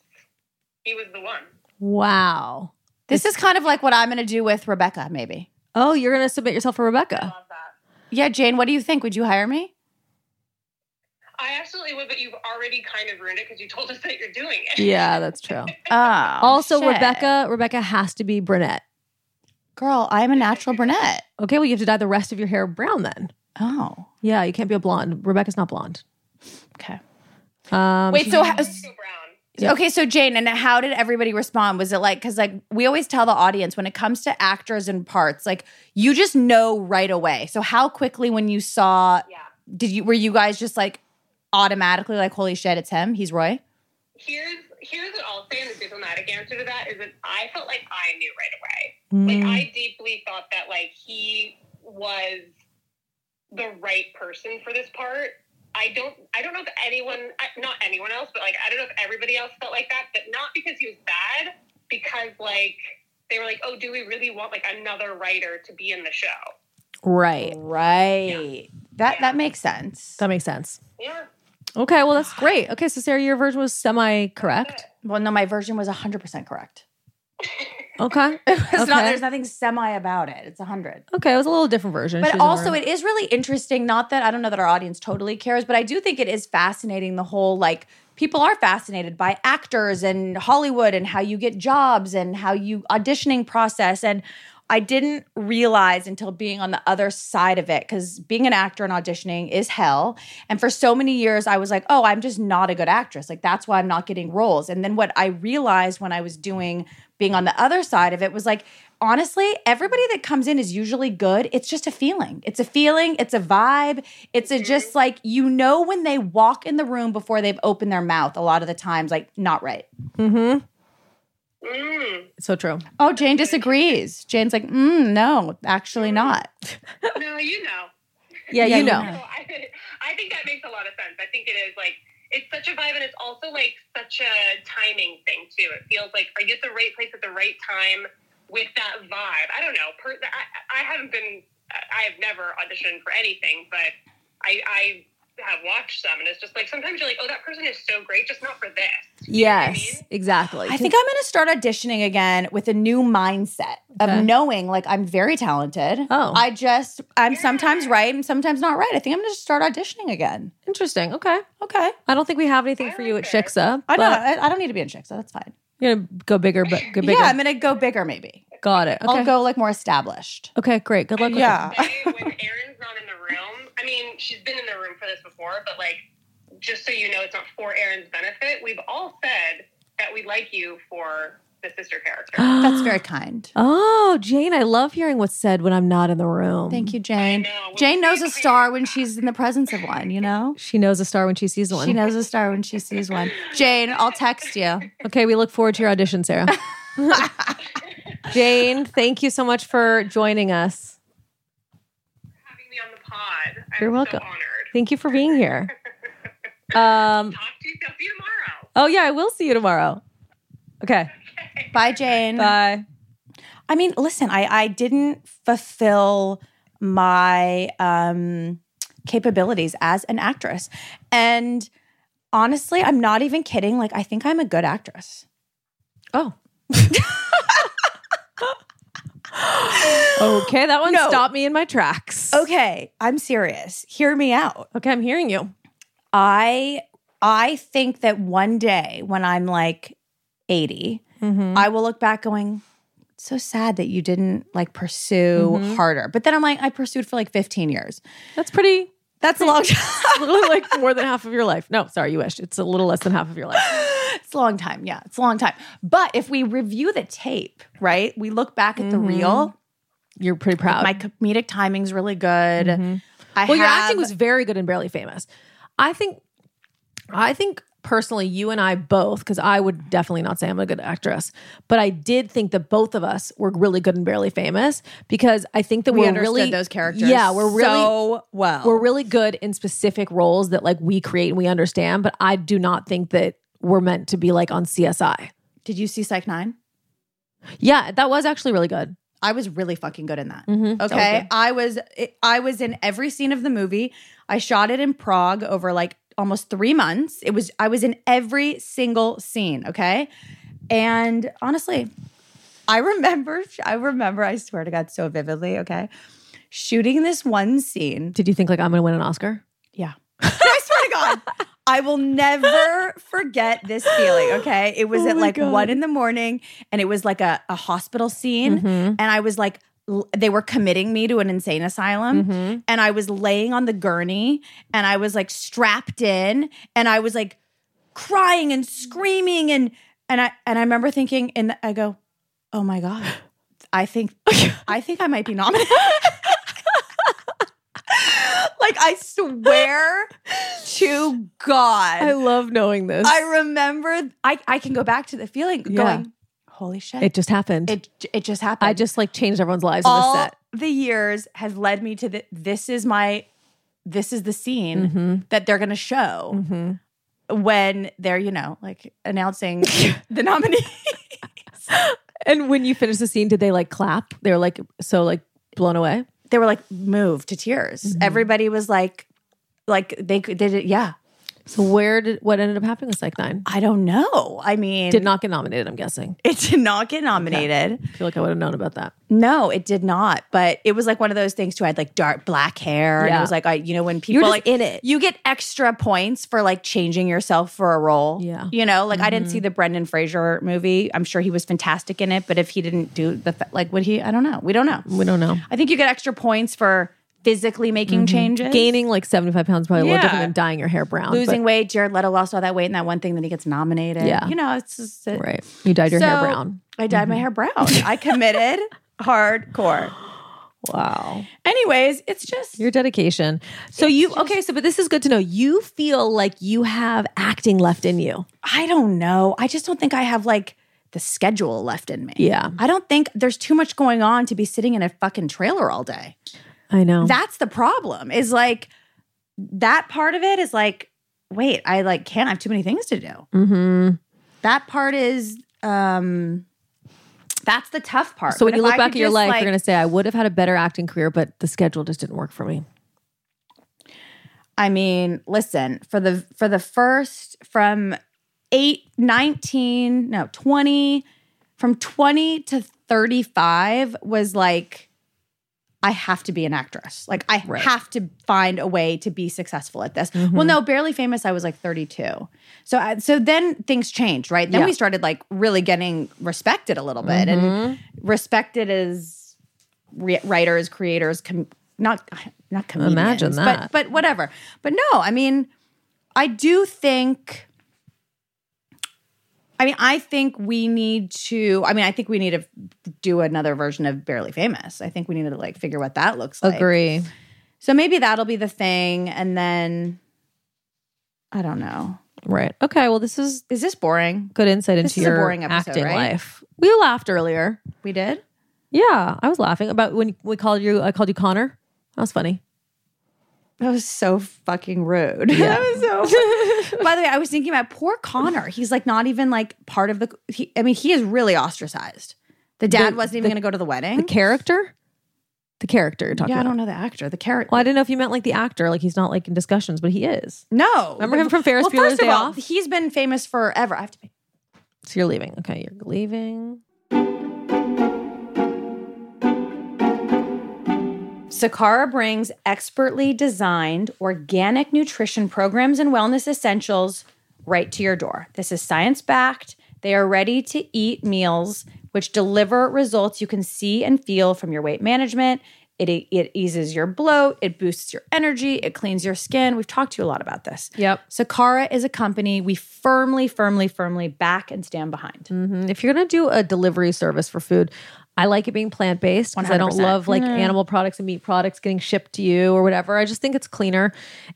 [SPEAKER 4] he was the one.
[SPEAKER 3] Wow.
[SPEAKER 2] This is kind of like what I'm going to do with Rebecca, maybe.
[SPEAKER 3] Oh, you're gonna submit yourself for
[SPEAKER 4] I
[SPEAKER 3] Rebecca.
[SPEAKER 4] love that.
[SPEAKER 2] Yeah, Jane, what do you think? Would you hire me?
[SPEAKER 4] I absolutely would, but you've already kind of ruined it because you told us that you're doing it.
[SPEAKER 3] Yeah, that's true.
[SPEAKER 2] Oh,
[SPEAKER 3] also,
[SPEAKER 2] shit.
[SPEAKER 3] Rebecca, Rebecca has to be brunette.
[SPEAKER 2] Girl, I'm a natural brunette.
[SPEAKER 3] Okay, well, you have to dye the rest of your hair brown then.
[SPEAKER 2] Oh,
[SPEAKER 3] Yeah, you can't be a blonde. Rebecca's not blonde.
[SPEAKER 2] okay.
[SPEAKER 3] Um,
[SPEAKER 2] Wait, so how,
[SPEAKER 4] So brown.
[SPEAKER 2] okay, so Jane, and how did everybody respond? Was it like because like we always tell the audience when it comes to actors and parts, like you just know right away. So how quickly when you saw,
[SPEAKER 4] Yeah.
[SPEAKER 2] did you were you guys just like automatically like holy shit, it's him, he's Roy?
[SPEAKER 4] Here's here's what I'll say, and the diplomatic answer to that is that I felt like I knew right
[SPEAKER 3] Mm.
[SPEAKER 4] away. Like I deeply thought that like he was the right person for this part. I don't I don't know if anyone I- not anyone else, but like I don't know if everybody else felt like that, but not because he was bad, because like they were like, oh, do we really want like another writer to be in the show?
[SPEAKER 3] right.
[SPEAKER 2] Right. That that makes sense.
[SPEAKER 3] That makes sense.
[SPEAKER 4] Yeah.
[SPEAKER 3] Okay, well, that's great. Okay, so Sarah, your version was semi correct.
[SPEAKER 2] Well, no, my version was 100% correct.
[SPEAKER 3] Okay.
[SPEAKER 2] It's
[SPEAKER 3] okay.
[SPEAKER 2] not, there's nothing semi about it. It's 100.
[SPEAKER 3] okay, it was a little different version.
[SPEAKER 2] But
[SPEAKER 3] She was
[SPEAKER 2] also,
[SPEAKER 3] more-
[SPEAKER 2] it is really interesting. Not that I don't know that our audience totally cares, but I do think it is fascinating the whole like people are fascinated by actors and Hollywood and how you get jobs and how you auditioning process. And I didn't realize until being on the other side of it because being an actor and auditioning is hell. And for so many years, I was like, oh, I'm just not a good actress. Like that's why I'm not getting roles. And then what I realized when I was doing being on the other side of it was like, honestly, everybody that comes in is usually good. It's just a feeling. It's a feeling. It's a vibe. It's a just like, you know, when they walk in the room before they've opened their mouth, a lot of the times, like, not right.
[SPEAKER 4] Mm.
[SPEAKER 3] Mm-hmm. so true.
[SPEAKER 2] Oh, Jane disagrees. Jane's like, mm, no, actually not.
[SPEAKER 4] No, you know.
[SPEAKER 3] Yeah,
[SPEAKER 2] Yeah, you
[SPEAKER 3] you know.
[SPEAKER 2] know.
[SPEAKER 4] No, I, I think that makes a lot of sense. I think it is like it's such a vibe, and it's also like such a timing thing too. It feels like are you at the right place at the right time with that vibe? I don't know. Per, I, I haven't been. I I have never auditioned for anything, but I, I have watched some, and it's just like sometimes you're like, oh, that person is so great, just not for this. You know what I
[SPEAKER 3] Yes,
[SPEAKER 4] mean?
[SPEAKER 3] exactly.
[SPEAKER 2] I think I'm going to start auditioning again with a new mindset
[SPEAKER 3] Okay.
[SPEAKER 2] of knowing like I'm very talented.
[SPEAKER 3] Oh.
[SPEAKER 2] I just, I'm sometimes right and sometimes not right. I think I'm going to start auditioning again.
[SPEAKER 3] interesting. Okay.
[SPEAKER 2] Okay.
[SPEAKER 3] I don't think we have anything for you at Shiksa.
[SPEAKER 2] I
[SPEAKER 3] but
[SPEAKER 2] know. I, I don't need to be in chick, so that's fine.
[SPEAKER 3] You're gonna go bigger, but go bigger.
[SPEAKER 2] Yeah, I'm going to go bigger maybe.
[SPEAKER 3] Got it. Okay.
[SPEAKER 2] I'll go like more established.
[SPEAKER 3] Okay, great. Good luck. with
[SPEAKER 2] Yeah.
[SPEAKER 4] Say when Erin's not in the room, I mean, she's been in the room for this before, but like, just so you know, it's not for Erin's benefit. We've all said that we like you for the sister character.
[SPEAKER 3] it.
[SPEAKER 2] That's very kind.
[SPEAKER 3] Oh, Jane, I love hearing what's said when I'm not in the room.
[SPEAKER 2] Thank you, Jane.
[SPEAKER 4] know.
[SPEAKER 2] Jane knows a star when she's in the presence of one, you know?
[SPEAKER 3] She knows a star when she sees one.
[SPEAKER 2] She knows a star when she sees one. Jane, I'll text you.
[SPEAKER 3] Okay, we look forward to your audition, Sarah. Jane, thank you so much for joining us.
[SPEAKER 4] Having me on the pod, I'm
[SPEAKER 3] You're welcome.
[SPEAKER 4] so honored.
[SPEAKER 3] Thank you for being here. Um,
[SPEAKER 4] Talk to you. I'll see you tomorrow.
[SPEAKER 3] oh yeah, I will see you tomorrow. Okay,
[SPEAKER 2] Bye, Jane.
[SPEAKER 3] bye.
[SPEAKER 2] I mean, listen, I, I didn't fulfill my um, capabilities as an actress. And honestly, I'm not even kidding. Like, I think I'm a good actress.
[SPEAKER 3] Oh. okay, that one
[SPEAKER 2] No.
[SPEAKER 3] stopped me in my tracks.
[SPEAKER 2] Okay, I'm serious. Hear me out.
[SPEAKER 3] Okay, I'm hearing you.
[SPEAKER 2] I I think that one day when I'm like 80,
[SPEAKER 3] Mm-hmm.
[SPEAKER 2] I will look back going, so sad that you didn't like pursue
[SPEAKER 3] Mhm.
[SPEAKER 2] harder. But then I'm like, I pursued for like 15 years.
[SPEAKER 3] That's pretty
[SPEAKER 2] That's a long time.
[SPEAKER 3] a little like more than half of your life. No, sorry, you wish. It's a little less than half of your life.
[SPEAKER 2] it's a long time. Yeah, it's a long time. But if we review the tape, right? We look back at the
[SPEAKER 3] Mhm.
[SPEAKER 2] reel.
[SPEAKER 3] You're pretty proud.
[SPEAKER 2] My comedic timing's really good.
[SPEAKER 3] Mhm.
[SPEAKER 2] I
[SPEAKER 3] well, your
[SPEAKER 2] have-
[SPEAKER 3] acting was very good and barely famous. I think, I think personally, you and I both, because I would definitely not say I'm a good actress, but I did think that both of us were really good and barely famous because I think that
[SPEAKER 2] we
[SPEAKER 3] are
[SPEAKER 2] understood
[SPEAKER 3] really
[SPEAKER 2] those characters.
[SPEAKER 3] Yeah, we're really
[SPEAKER 2] so well.
[SPEAKER 3] we're really good in specific roles that like we create and we understand. But I do not think that we're meant to be like on CSI.
[SPEAKER 2] Did you see Psych Nine?
[SPEAKER 3] Yeah, that was actually really good.
[SPEAKER 2] I was really fucking good in that.
[SPEAKER 3] Mm-hmm.
[SPEAKER 2] Okay, I was I was in every scene of the movie. I shot it in Prague over like almost three months. It was I was in every single scene. Okay, and honestly, I remember I remember I swear to God so vividly. Okay, shooting this one scene.
[SPEAKER 3] Did you think like I'm going to win an Oscar?
[SPEAKER 2] Yeah, I swear to God. I will never forget this feeling. Okay. It was
[SPEAKER 3] Oh
[SPEAKER 2] at
[SPEAKER 3] my
[SPEAKER 2] like
[SPEAKER 3] God.
[SPEAKER 2] one in the morning and it was like a, a hospital scene.
[SPEAKER 3] Mm-hmm.
[SPEAKER 2] And I was like, l- they were committing me to an insane asylum.
[SPEAKER 3] Mm-hmm.
[SPEAKER 2] And I was laying on the gurney and I was like strapped in and I was like crying and screaming. And, and I, and I remember thinking, and I go, oh my God, I think, I think I might be nominated. like I swear to God.
[SPEAKER 3] I love knowing this.
[SPEAKER 2] I remember I, I can go back to the feeling
[SPEAKER 3] Yeah.
[SPEAKER 2] going, holy shit.
[SPEAKER 3] it
[SPEAKER 2] It,
[SPEAKER 3] just happened.
[SPEAKER 2] it, just happened.
[SPEAKER 3] I just like changed everyone's lives
[SPEAKER 2] all
[SPEAKER 3] in this set.
[SPEAKER 2] the years has led me to the, this is my this is the scene
[SPEAKER 3] Mm-hmm.
[SPEAKER 2] that they're gonna show when they're, you know, like announcing the nominee.
[SPEAKER 3] And when you finished the scene, did they like clap? They were like so like blown away.
[SPEAKER 2] They were like moved to tears.
[SPEAKER 3] Mm-hmm.
[SPEAKER 2] Everybody was like like they could they did yeah.
[SPEAKER 3] So where did what ended up happening with Psych Nine?
[SPEAKER 2] I don't know. I mean
[SPEAKER 3] Did not get nominated. I'm guessing.
[SPEAKER 2] it did not get nominated.
[SPEAKER 3] I feel like I would have known about that.
[SPEAKER 2] No, it did not. But it was like one of those things too. I had like dark black hair, and it
[SPEAKER 3] Yeah.
[SPEAKER 2] was like I, you know, when people
[SPEAKER 3] You're just
[SPEAKER 2] like
[SPEAKER 3] in it.
[SPEAKER 2] you get extra points for like changing yourself for a role.
[SPEAKER 3] Yeah. Mm-hmm.
[SPEAKER 2] you know, like I didn't see the Brendan Fraser movie. I'm sure he was fantastic in it, but if he didn't do the fa- like, would he? I don't know. We don't know.
[SPEAKER 3] We don't know. Mm-hmm.
[SPEAKER 2] I think you get extra points for physically making changes,
[SPEAKER 3] Gaining like 75 pounds probably a little different
[SPEAKER 2] Yeah.
[SPEAKER 3] than dyeing your hair brown. but-
[SPEAKER 2] losing weight. Jared Leto lost all that weight in that one thing, then he gets nominated.
[SPEAKER 3] Yeah.
[SPEAKER 2] you know, it's just it,
[SPEAKER 3] right. You dyed your hair
[SPEAKER 2] So,
[SPEAKER 3] brown.
[SPEAKER 2] I dyed
[SPEAKER 3] Mm-hmm.
[SPEAKER 2] my hair brown. I committed hardcore.
[SPEAKER 3] Wow.
[SPEAKER 2] Anyways, it's just
[SPEAKER 3] Your dedication. So you okay? So but this is good to know. You feel like you have acting left in you.
[SPEAKER 2] I don't know. I just don't think I have like the schedule left in me.
[SPEAKER 3] Yeah.
[SPEAKER 2] I don't think there's too much going on to be sitting in a fucking trailer all day.
[SPEAKER 3] I know.
[SPEAKER 2] That's the problem. Is like that part of it is like, wait, I like can't I have too many things to do.
[SPEAKER 3] mm-hmm.
[SPEAKER 2] That part is um that's the tough part.
[SPEAKER 3] So when
[SPEAKER 2] But
[SPEAKER 3] you
[SPEAKER 2] if
[SPEAKER 3] look
[SPEAKER 2] I
[SPEAKER 3] back
[SPEAKER 2] could
[SPEAKER 3] at your
[SPEAKER 2] just,
[SPEAKER 3] life,
[SPEAKER 2] like-
[SPEAKER 3] you're gonna say, I would have had a better acting career, but the schedule just didn't work for me.
[SPEAKER 2] I mean, listen, for the for the first from 8 19, no, 20 from 20 to 35 was like I have to be an actress. Like I
[SPEAKER 3] Right. Mm-hmm.
[SPEAKER 2] have to find a way to be successful at this. Well, no, barely famous I was like 32. So I, so then things changed, right? Then
[SPEAKER 3] Yeah. Mm-hmm.
[SPEAKER 2] we started like really getting respected a little bit and respected as re- writers, creators, com- not not comedians,
[SPEAKER 3] Imagine that.
[SPEAKER 2] but but whatever. But no, I mean, I do think. I mean, I think we need to. I mean, I think we need to do another version of Barely Famous. I think we need to like figure what that looks like.
[SPEAKER 3] Agree.
[SPEAKER 2] So maybe that'll be the thing, and then I don't know.
[SPEAKER 3] Right. Okay. Well, this is
[SPEAKER 2] Is this boring?
[SPEAKER 3] good insight
[SPEAKER 2] This
[SPEAKER 3] into
[SPEAKER 2] is a
[SPEAKER 3] your
[SPEAKER 2] boring episode,
[SPEAKER 3] acting
[SPEAKER 2] right?
[SPEAKER 3] life. We laughed earlier.
[SPEAKER 2] We did.
[SPEAKER 3] Yeah, I was laughing about when we called you. I called you Connor. That was funny.
[SPEAKER 2] That was so fucking rude.
[SPEAKER 3] Yeah.
[SPEAKER 2] that was so. By the way, I was thinking about poor Connor. He's like not even like part of the. He, I mean, he is really ostracized. The dad
[SPEAKER 3] The-
[SPEAKER 2] wasn't even
[SPEAKER 3] the-
[SPEAKER 2] going to go to the
[SPEAKER 3] The
[SPEAKER 2] wedding.
[SPEAKER 3] character, the character you're talking
[SPEAKER 2] yeah, I
[SPEAKER 3] about.
[SPEAKER 2] don't know the actor, the character.
[SPEAKER 3] Well, I didn't know if you meant like the actor. Like he's not like in discussions, but he is.
[SPEAKER 2] No,
[SPEAKER 3] Remember him from Ferris
[SPEAKER 2] well,
[SPEAKER 3] Bueller's
[SPEAKER 2] first of
[SPEAKER 3] Day
[SPEAKER 2] all,
[SPEAKER 3] Off?
[SPEAKER 2] He's been famous forever. I have to. Pay.
[SPEAKER 3] So you're leaving. Okay, you're leaving.
[SPEAKER 2] Sakara brings expertly designed organic nutrition programs and wellness essentials right to your door. This is science backed. They are ready to eat meals which deliver results you can see and feel from your weight management. It, it eases your bloat, it boosts your energy, it cleans your skin. We've talked to you a lot about this.
[SPEAKER 3] Yep.
[SPEAKER 2] Sakara is a company we firmly, firmly, firmly back and stand behind.
[SPEAKER 3] Mhm. If you're gonna do a delivery service for food, I like it being plant based because I don't
[SPEAKER 2] 100%.
[SPEAKER 3] love like animal products and meat products getting shipped to you or whatever. I just think it's cleaner,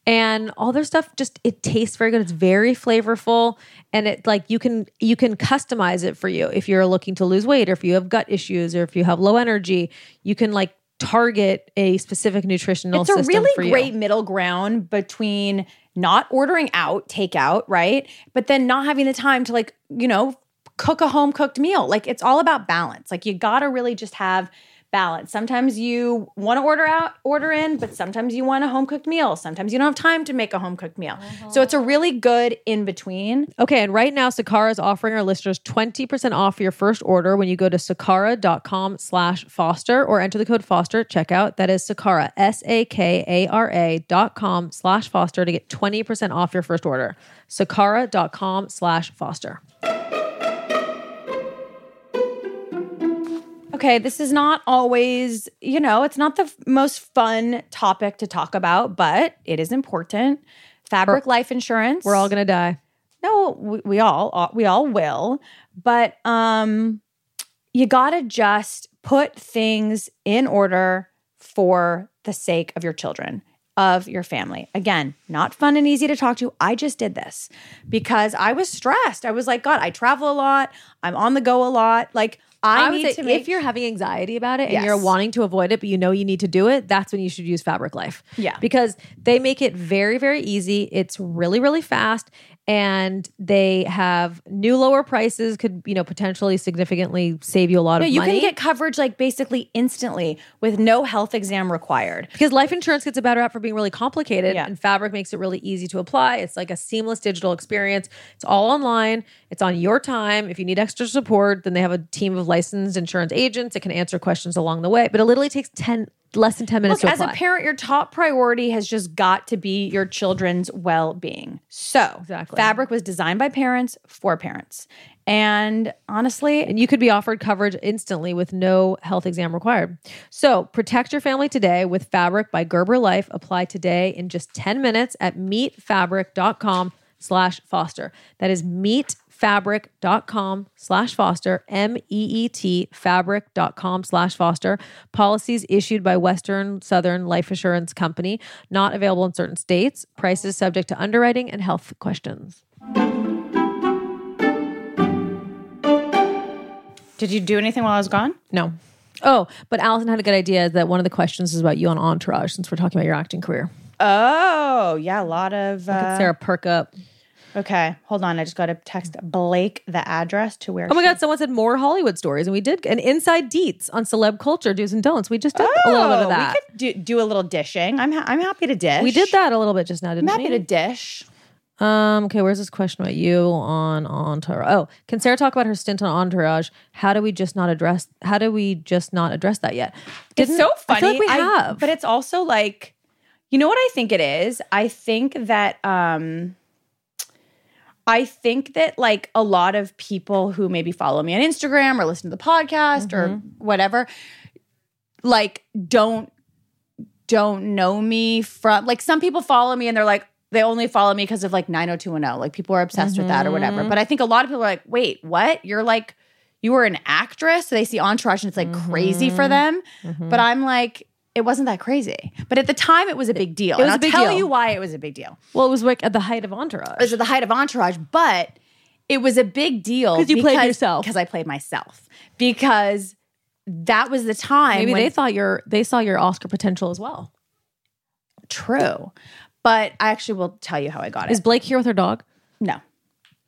[SPEAKER 3] and all their stuff just it tastes very good. It's very flavorful, and it like you can you can customize it for you if you're looking to lose weight or if you have gut issues or if you have low energy. You can like target a specific nutritional
[SPEAKER 2] it's a
[SPEAKER 3] system for
[SPEAKER 2] really
[SPEAKER 3] you.
[SPEAKER 2] great middle ground between not ordering out takeout right but then not having the time to like you know cook a home cooked meal like it's all about balance like you gotta really just have balance. Sometimes you want to order out, order in, but sometimes you want a home cooked meal. Sometimes you don't have time to make a home cooked meal.
[SPEAKER 3] Uh-huh.
[SPEAKER 2] So it's a really good in between.
[SPEAKER 3] Okay, and right now Sakara is offering our listeners 20% off your first order when you go to sakara.com slash foster or enter the code foster at checkout. That is Sakara, S-A-K-A-R-A dot com slash foster to get 20% off your first order. Sakara.com slash foster.
[SPEAKER 2] Okay, this is not always, you know, it's not the f- most fun topic to talk about, but it is important. Fabric life insurance.
[SPEAKER 3] We're all gonna die.
[SPEAKER 2] no, we, we all all- we all will, but um, you gotta just put things in order for the sake of your children, of your family. Again, not fun and easy to talk to. I just did this because I was stressed. I was like, God, I travel a lot. I'm on the go a lot. Like I,
[SPEAKER 3] would
[SPEAKER 2] need
[SPEAKER 3] say
[SPEAKER 2] to make
[SPEAKER 3] if you're having anxiety about it and
[SPEAKER 2] Yes.
[SPEAKER 3] you're wanting to avoid it, but you know you need to do it, that's when you should use Fabric Life.
[SPEAKER 2] Yeah.
[SPEAKER 3] Because they make it very, very easy. It's really, really fast. And they have new lower prices, could, you know, potentially significantly save you a lot
[SPEAKER 2] No,
[SPEAKER 3] of
[SPEAKER 2] you
[SPEAKER 3] money.
[SPEAKER 2] can get coverage like basically instantly with no health exam required.
[SPEAKER 3] because life insurance gets a bad rap for being really complicated
[SPEAKER 2] Yeah.
[SPEAKER 3] and fabric makes it really easy to apply it's like a seamless digital experience it's all online it's on your time if you need extra support then they have a team of licensed insurance agents that can answer questions along the way but it literally takes 10 less than 10 minutes
[SPEAKER 2] Look,
[SPEAKER 3] to
[SPEAKER 2] as a
[SPEAKER 3] apply
[SPEAKER 2] parent, your top priority has just got to be your children's well being. So,
[SPEAKER 3] Exactly.
[SPEAKER 2] Fabric was designed by parents for parents. And honestly,
[SPEAKER 3] and you could be offered coverage instantly with no health exam required. So protect your family today with Fabric by Gerber Life. Apply today in just 10 minutes at meetfabric.com slash foster. That is meetfabric.com slash foster, M-E-E-T fabric.com slash foster. Policies issued by Western Southern Life Assurance Company, not available in certain states. Prices subject to underwriting and health questions.
[SPEAKER 2] did you do anything while I was gone?
[SPEAKER 3] No. Oh, but Allison had a good idea that one of the questions is about you on Entourage since we're talking about your acting career.
[SPEAKER 2] Oh, yeah, a lot of.
[SPEAKER 3] Could
[SPEAKER 2] Uh,
[SPEAKER 3] Sarah perk up?
[SPEAKER 2] okay, hold on. I just got to text Blake the address to where.
[SPEAKER 3] Oh my God, someone said more Hollywood stories, and we did an inside deets on celeb culture, do's and don'ts. We just did a little bit of that.
[SPEAKER 2] Oh, We could do, do a little dishing. I'm, ha- I'm happy to dish.
[SPEAKER 3] We, did that a little bit just now, didn't
[SPEAKER 2] I'm happy
[SPEAKER 3] we?
[SPEAKER 2] to dish.
[SPEAKER 3] Um, okay, where's this question about you on Entourage? Oh, can Sarah talk about her stint on Entourage? How do we just not address? How do we just not address that yet?
[SPEAKER 2] It's so funny.
[SPEAKER 3] I feel like we
[SPEAKER 2] I-
[SPEAKER 3] have,
[SPEAKER 2] but it's also like, you know what I think it is? I think that um I think that like a lot of people who maybe follow me on Instagram or listen to the podcast or
[SPEAKER 3] Mm-hmm.
[SPEAKER 2] whatever, like don't don't know me from like some people follow me and they're like they only follow me because of like 90210 like people are obsessed with that or whatever
[SPEAKER 3] Mm-hmm.
[SPEAKER 2] but i think a lot of people are like wait what you're like you were an actress so they see entourage and it's like crazy
[SPEAKER 3] Mm-hmm.
[SPEAKER 2] for them but i'm like it wasn't that crazy but at the time it was a big deal it
[SPEAKER 3] was
[SPEAKER 2] i'll
[SPEAKER 3] a big
[SPEAKER 2] tell
[SPEAKER 3] deal.
[SPEAKER 2] you why it was a big deal
[SPEAKER 3] well, it was like at the height of Entourage.
[SPEAKER 2] it was at the height of entourage but it was a big deal
[SPEAKER 3] 'Cause you played yourself.
[SPEAKER 2] because i played myself because that was the time
[SPEAKER 3] Maybe
[SPEAKER 2] when
[SPEAKER 3] they thought your they saw your Oscar potential as well.
[SPEAKER 2] true but i actually will tell you how i got it
[SPEAKER 3] Is Blake here with her dog?
[SPEAKER 2] No.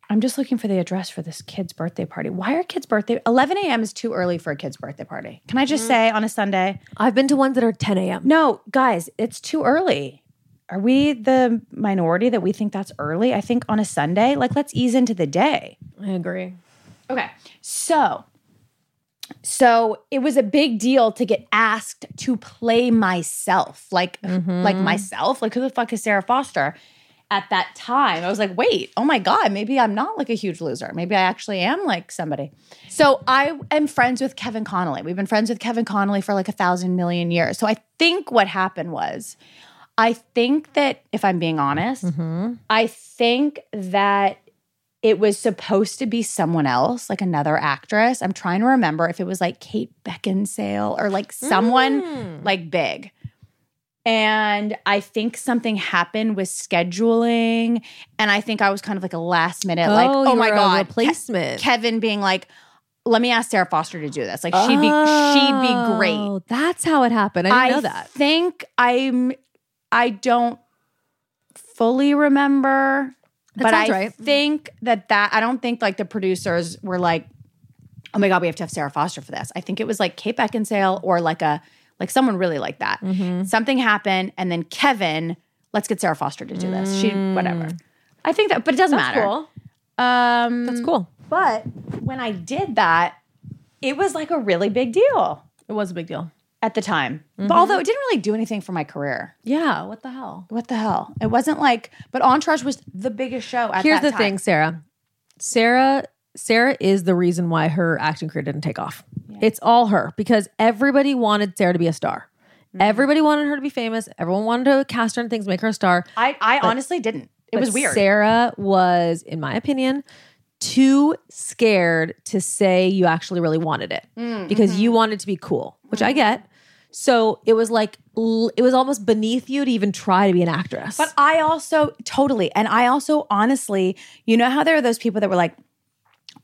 [SPEAKER 2] I'm just looking for the address for this kid's birthday party. Why are kids' birthday? 11 a.m. is too early for a kid's birthday party. Can I just say on a Sunday?
[SPEAKER 3] I've been to ones that are 10 a.m.
[SPEAKER 2] No, guys, it's too early. Are we the minority that we think that's early? I think on a Sunday, like let's ease into the day.
[SPEAKER 3] I agree.
[SPEAKER 2] Okay. So, so it was a big deal to get asked to play myself, like like myself, like who the fuck is Sarah Foster? At that time, I was like, wait, oh my god, maybe I'm not like a huge loser. Maybe I actually am like somebody. So I am friends with Kevin Connolly. We've been friends with Kevin Connolly for like a thousand million years. So I think what happened was, I think that if I'm being honest, I think that it was supposed to be someone else, like another actress. I'm trying to remember if it was like Kate Beckinsale or like someone
[SPEAKER 3] Mm.
[SPEAKER 2] like big. And I think something happened with scheduling. And I think I was kind of like a last minute, like,
[SPEAKER 3] Oh,
[SPEAKER 2] oh
[SPEAKER 3] you
[SPEAKER 2] my
[SPEAKER 3] were a
[SPEAKER 2] God. Ke-
[SPEAKER 3] replacement.
[SPEAKER 2] Kevin being like, let me ask Sarah Foster to do this. Like she'd be she'd be great.
[SPEAKER 3] Oh, That's how it happened. I didn't know that.
[SPEAKER 2] think I'm. I don't fully remember, but
[SPEAKER 3] sounds
[SPEAKER 2] I
[SPEAKER 3] right.
[SPEAKER 2] think that that I don't think like the producers were like, oh my god, we have to have Sarah Foster for this. I think it was like Kate Beckinsale or like a like someone really like that.
[SPEAKER 3] Mm-hmm.
[SPEAKER 2] Something happened, and then Kevin, let's get Sarah Foster to do this. She whatever. I think that, but it doesn't matter.
[SPEAKER 3] Mm. Cool. Mm.
[SPEAKER 2] Um,
[SPEAKER 3] That's cool.
[SPEAKER 2] but when I did that, it was like a really big deal
[SPEAKER 3] It was a big deal. Mm-hmm.
[SPEAKER 2] at the time. But although it didn't really do anything for my career.
[SPEAKER 3] Yeah. What the hell?
[SPEAKER 2] What the hell? It wasn't like, but Entourage was the biggest show at
[SPEAKER 3] Here's
[SPEAKER 2] that
[SPEAKER 3] the
[SPEAKER 2] time.
[SPEAKER 3] thing, Sarah. Sarah Sarah is the reason why her acting career didn't take off. It's all her because everybody wanted Sarah to be a star.
[SPEAKER 2] Mm-hmm.
[SPEAKER 3] Everybody wanted her to be famous. Everyone wanted to cast her in things, make her a star.
[SPEAKER 2] I, I honestly didn't. It was
[SPEAKER 3] But
[SPEAKER 2] weird.
[SPEAKER 3] Sarah was, in my opinion, too scared to say you actually really wanted it
[SPEAKER 2] Mm,
[SPEAKER 3] because
[SPEAKER 2] mm-hmm.
[SPEAKER 3] you wanted to be cool, which I get. So it was like l- it was almost beneath you to even try to be an actress.
[SPEAKER 2] But I also totally, and I also honestly, you know how there are those people that were like,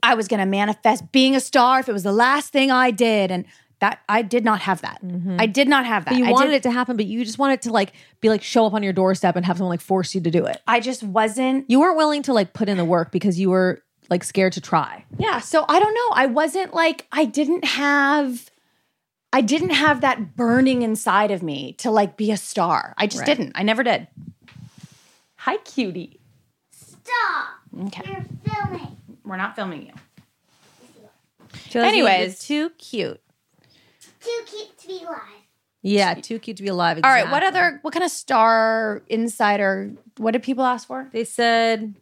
[SPEAKER 2] I was going to manifest being a star if it was the last thing I did, and that I did not have that. I did not have that.
[SPEAKER 3] you
[SPEAKER 2] I
[SPEAKER 3] wanted
[SPEAKER 2] did,
[SPEAKER 3] it to happen, Mm-hmm. but you just wanted to like be like show up on your doorstep and have someone like force you to do it.
[SPEAKER 2] I just wasn't.
[SPEAKER 3] You weren't willing to like put in the work because you were like scared to try.
[SPEAKER 2] Yeah. So I don't know. I wasn't like I didn't have. I didn't have that burning inside of me to like be a star. I just didn't. I never did. Hi, cutie.
[SPEAKER 1] Stop.
[SPEAKER 2] Okay.
[SPEAKER 1] You're filming.
[SPEAKER 2] We're not filming you.
[SPEAKER 3] Anyways,
[SPEAKER 2] Anyways.
[SPEAKER 3] too cute.
[SPEAKER 1] Too cute to be live.
[SPEAKER 3] Yeah, too cute to be alive.
[SPEAKER 2] All right. What other, what kind of star insider, what did people ask for?
[SPEAKER 3] They said,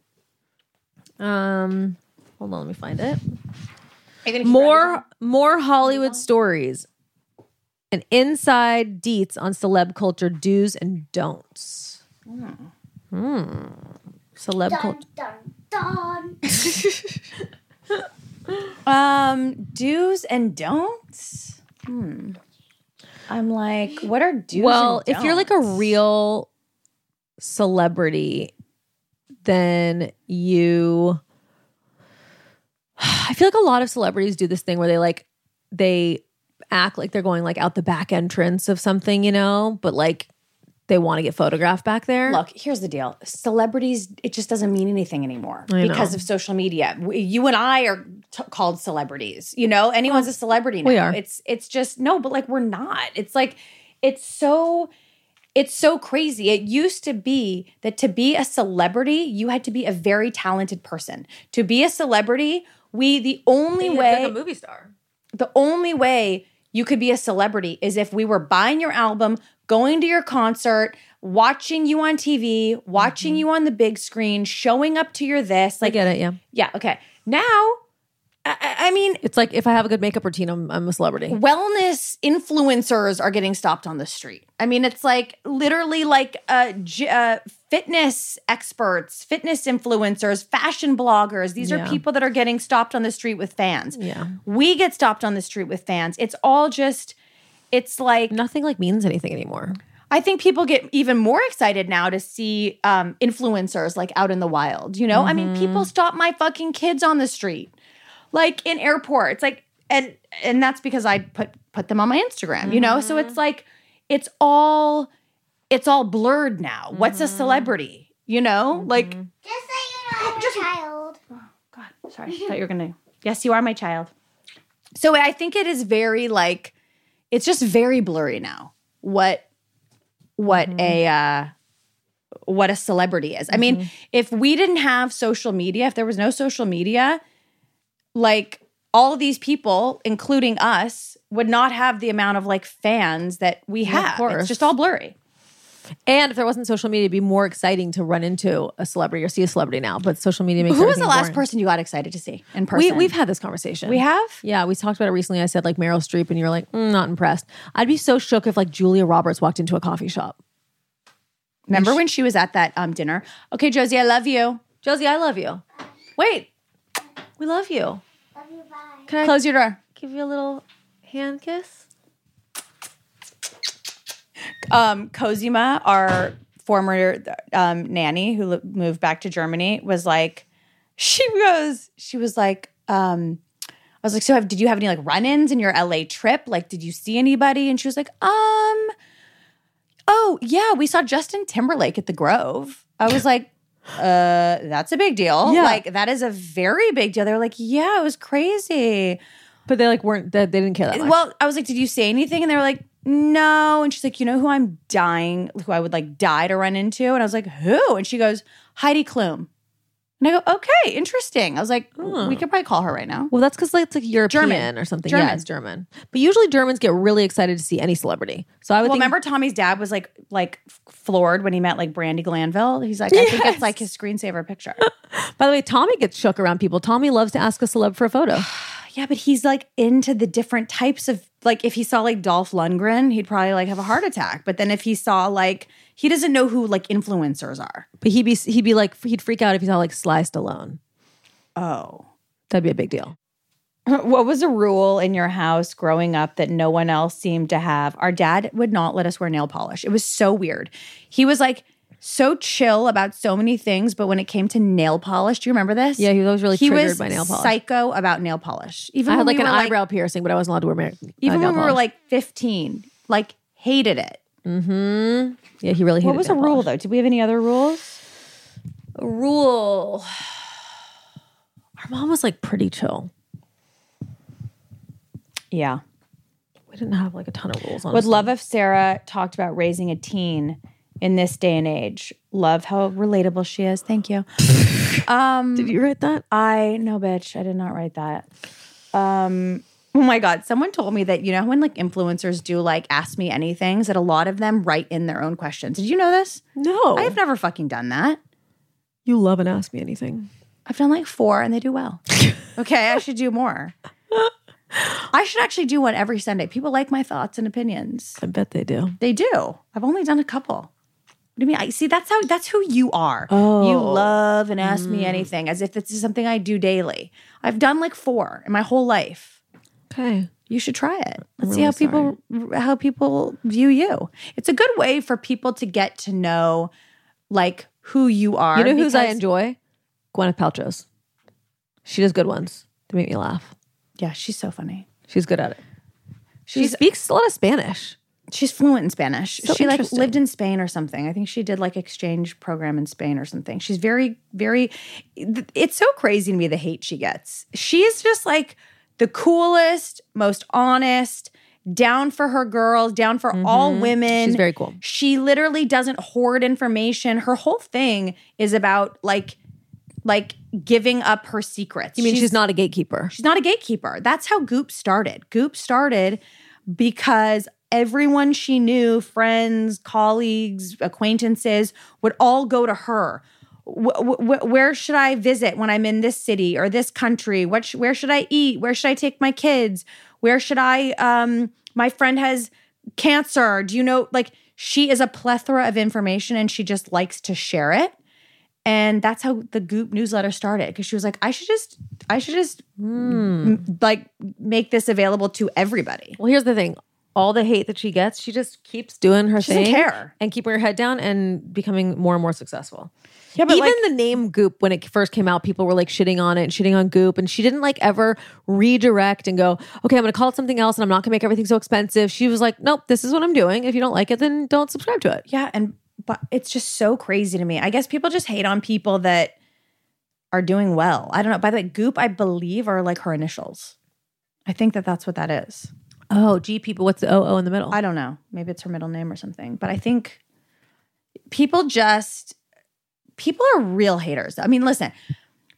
[SPEAKER 3] um, hold on, let me find it. More, more Hollywood stories, and inside deets on celeb culture do's and don'ts. Hmm. Celeb
[SPEAKER 1] Dun
[SPEAKER 3] culture.
[SPEAKER 1] dun dun.
[SPEAKER 2] Um, do's and don'ts. Hmm. I'm like, what are do's?
[SPEAKER 3] Well,
[SPEAKER 2] and
[SPEAKER 3] if you're like a
[SPEAKER 2] don'ts?
[SPEAKER 3] real celebrity, then you. I feel like a lot of celebrities do this thing where they like they act like they're going like out the back entrance of something, you know, but like they want to get photographed back there.
[SPEAKER 2] Look, here's the deal. Celebrities, it just doesn't mean anything anymore because of social media. We, you and I are t- called celebrities. You know, anyone's a celebrity now.
[SPEAKER 3] we are.
[SPEAKER 2] It's it's just no, but like we're not. It's like it's so it's so crazy. It used to be that to be a celebrity, you had to be a very talented person. To be a celebrity, we the only way
[SPEAKER 3] movie star.
[SPEAKER 2] the only way you could be a celebrity is if we were buying your album, going to your concert, watching you on TV, watching you on the big screen, showing up to your this.
[SPEAKER 3] I
[SPEAKER 2] Like,
[SPEAKER 3] get it. Yeah,
[SPEAKER 2] yeah, okay. Now, I- I, I mean,
[SPEAKER 3] it's like if I have a good makeup routine, I'm, I'm a celebrity.
[SPEAKER 2] wellness influencers are getting stopped on the street. I mean, it's like literally like uh, j- uh, fitness experts, fitness influencers, fashion bloggers. These
[SPEAKER 3] Yeah.
[SPEAKER 2] are people that are getting stopped on the street with fans.
[SPEAKER 3] Yeah.
[SPEAKER 2] We get stopped on the street with fans. It's all just, it's like,
[SPEAKER 3] Nothing like means anything anymore.
[SPEAKER 2] I think people get even more excited now to see um, influencers like out in the wild. You know, I mean, people stop my fucking kids on the street, like in airports, like and and that's because I put put them on my Instagram. You know, so it's like it's all it's all blurred now. What's a celebrity? You know, like
[SPEAKER 1] Just so you know, I'm a child.
[SPEAKER 2] God, sorry. I thought you were gonna. Yes, you are my child. So I think it is very like, it's just very blurry now. What, what a, uh, what a celebrity is. I mean, if we didn't have social media, if there was no social media, like all of these people, including us, would not have the amount of like fans that we have.
[SPEAKER 3] course.
[SPEAKER 2] It's just all blurry.
[SPEAKER 3] And if there wasn't social media, it'd be more exciting to run into a celebrity or see a celebrity now. But social media makes
[SPEAKER 2] Who was the
[SPEAKER 3] everything
[SPEAKER 2] last
[SPEAKER 3] boring.
[SPEAKER 2] person you got excited to see in
[SPEAKER 3] We,
[SPEAKER 2] person?
[SPEAKER 3] we've had this conversation.
[SPEAKER 2] we have.
[SPEAKER 3] Yeah, we talked about it recently. I said like Meryl Streep, and you were like, mm, not impressed. I'd be so shook if like Julia Roberts walked into a coffee shop.
[SPEAKER 2] Remember when she was at that um, dinner? Okay, Josie, I love you.
[SPEAKER 3] Josie, I love you. Wait, we love you.
[SPEAKER 1] Love you, bye.
[SPEAKER 3] Can I
[SPEAKER 2] Close your door.
[SPEAKER 3] give you a little hand kiss?
[SPEAKER 2] Um, Cosima, our former um, nanny who lo- moved back to Germany, was like, she goes, she was like, um, I was like, so have, did you have any like run-ins in your LA trip? Like, did you see anybody? And she was like, um, oh yeah, we saw Justin Timberlake at the Grove. I was like, uh, that's a big deal.
[SPEAKER 3] Yeah.
[SPEAKER 2] Like, that is a very big deal. They were like, yeah, it was crazy.
[SPEAKER 3] But they like weren't that they didn't care that much.
[SPEAKER 2] Well, I was like, "Did you say anything?" And they were like, "No." And she's like, "You know who I'm dying, who I would like die to run into?" And I was like, "Who?" And she goes, "Heidi Klum." And I go, "Okay, interesting." I was like, "We could probably call her right now."
[SPEAKER 3] Well, that's because like, it's like European or something.
[SPEAKER 2] German.
[SPEAKER 3] Yeah, it's German. But usually Germans get really excited to see any celebrity. So I would
[SPEAKER 2] Well,
[SPEAKER 3] think
[SPEAKER 2] remember Tommy's dad was like like floored when he met like Brandy Glanville. He's like, I think it's like his screensaver picture.
[SPEAKER 3] By the way, Tommy gets shook around people. Tommy loves to ask a celeb for a photo.
[SPEAKER 2] yeah, but he's like into the different types of like if he saw like Dolph Lundgren, he'd probably like have a heart attack. But then if he saw like he doesn't know who like influencers are.
[SPEAKER 3] But he'd be he'd be like he'd freak out if he saw like Sly Stallone.
[SPEAKER 2] Oh.
[SPEAKER 3] That'd be a big deal.
[SPEAKER 2] What was a rule in your house growing up that no one else seemed to have? Our dad would not let us wear nail polish. It was so weird. He was like so chill about so many things, but when it came to nail polish, do you remember this?
[SPEAKER 3] Yeah, he was always really
[SPEAKER 2] he
[SPEAKER 3] triggered
[SPEAKER 2] was
[SPEAKER 3] by nail polish.
[SPEAKER 2] psycho about nail polish. Even
[SPEAKER 3] I had
[SPEAKER 2] when we
[SPEAKER 3] like an
[SPEAKER 2] were,
[SPEAKER 3] eyebrow piercing, but I wasn't allowed to wear ma-
[SPEAKER 2] even
[SPEAKER 3] uh,
[SPEAKER 2] when we were like 15, like hated it.
[SPEAKER 3] mm-hmm. yeah, he really hated
[SPEAKER 2] What was a
[SPEAKER 3] nail
[SPEAKER 2] rule
[SPEAKER 3] polish.
[SPEAKER 2] though? Did we have any other rules?
[SPEAKER 3] A rule. Our mom was like pretty chill.
[SPEAKER 2] Yeah.
[SPEAKER 3] We didn't have like a ton of rules. on
[SPEAKER 2] Would love if Sarah talked about raising a teen in this day and age. Love how relatable she is. Thank you. um
[SPEAKER 3] Did you write that?
[SPEAKER 2] I no bitch, I did not write that. Um oh my god, someone told me that you know when like influencers do like ask me anything that a lot of them write in their own questions. Did you know this?
[SPEAKER 3] No.
[SPEAKER 2] I have never fucking done that.
[SPEAKER 3] you love and ask me anything.
[SPEAKER 2] I've done like 4 and they do well. okay, I should do more. I should actually do one every Sunday. People like my thoughts and opinions.
[SPEAKER 3] I bet they do.
[SPEAKER 2] They do. I've only done a couple. What do you mean? I see that's how that's who you are. You
[SPEAKER 3] Oh. Mm.
[SPEAKER 2] love and ask me anything as if this is something I do daily. I've done like 4 in my whole life.
[SPEAKER 3] Okay.
[SPEAKER 2] you should try it. Let's see
[SPEAKER 3] really
[SPEAKER 2] how people how people view you. It's a good way for people to get to know like who you are.
[SPEAKER 3] You know whose I
[SPEAKER 2] because-
[SPEAKER 3] enjoy? Gwyneth Paltrow's. She does good ones. They make me laugh.
[SPEAKER 2] Yeah, she's so funny.
[SPEAKER 3] She's good at it. She speaks a lot of Spanish.
[SPEAKER 2] She's fluent in Spanish.
[SPEAKER 3] So
[SPEAKER 2] she like
[SPEAKER 3] interesting.
[SPEAKER 2] lived in Spain or something. I think she did like exchange program in Spain or something. She's very very th- it's so crazy to me the hate she gets. She's just like the coolest, most honest, down for her girls, down for all women.
[SPEAKER 3] Mm-hmm. She's very cool.
[SPEAKER 2] she literally doesn't hoard information her whole thing is about like like giving up her secrets
[SPEAKER 3] You mean she's, not a gatekeeper?
[SPEAKER 2] she's not a gatekeeper that's how goop started goop started because everyone she knew friends colleagues acquaintances would all go to her Wh- wh- wh- where should I visit when I'm in this city or this country? What sh- where should I eat? Where should I take my kids? Where should I? Um, my friend has cancer. Do you know? Like, she is a plethora of information and she just likes to share it. And that's how the Goop newsletter started because she was like, I should just, I should just m- like make this available to everybody.
[SPEAKER 3] Well, here's the thing. All the hate that she gets, she just keeps doing her
[SPEAKER 2] She doesn't
[SPEAKER 3] thing
[SPEAKER 2] care.
[SPEAKER 3] and keeping her head down and becoming more and more successful.
[SPEAKER 2] Yeah,
[SPEAKER 3] Even the name Goop, when it first came out, people were like shitting on it and shitting on Goop. And she didn't like ever redirect and go, okay, I'm going to call it something else and I'm not going to make everything so expensive. She was like, nope, this is what I'm doing. If you don't like it, then don't subscribe to it.
[SPEAKER 2] yeah, and but it's just so crazy to me. I guess people just hate on people that are doing well. I don't know. By the way, Goop, I believe, are like her initials. I think that that's what that is.
[SPEAKER 3] Oh, gee, people, what's the OO in the middle?
[SPEAKER 2] I don't know. Maybe it's her middle name or something. But I think people just people are real haters. I mean, listen,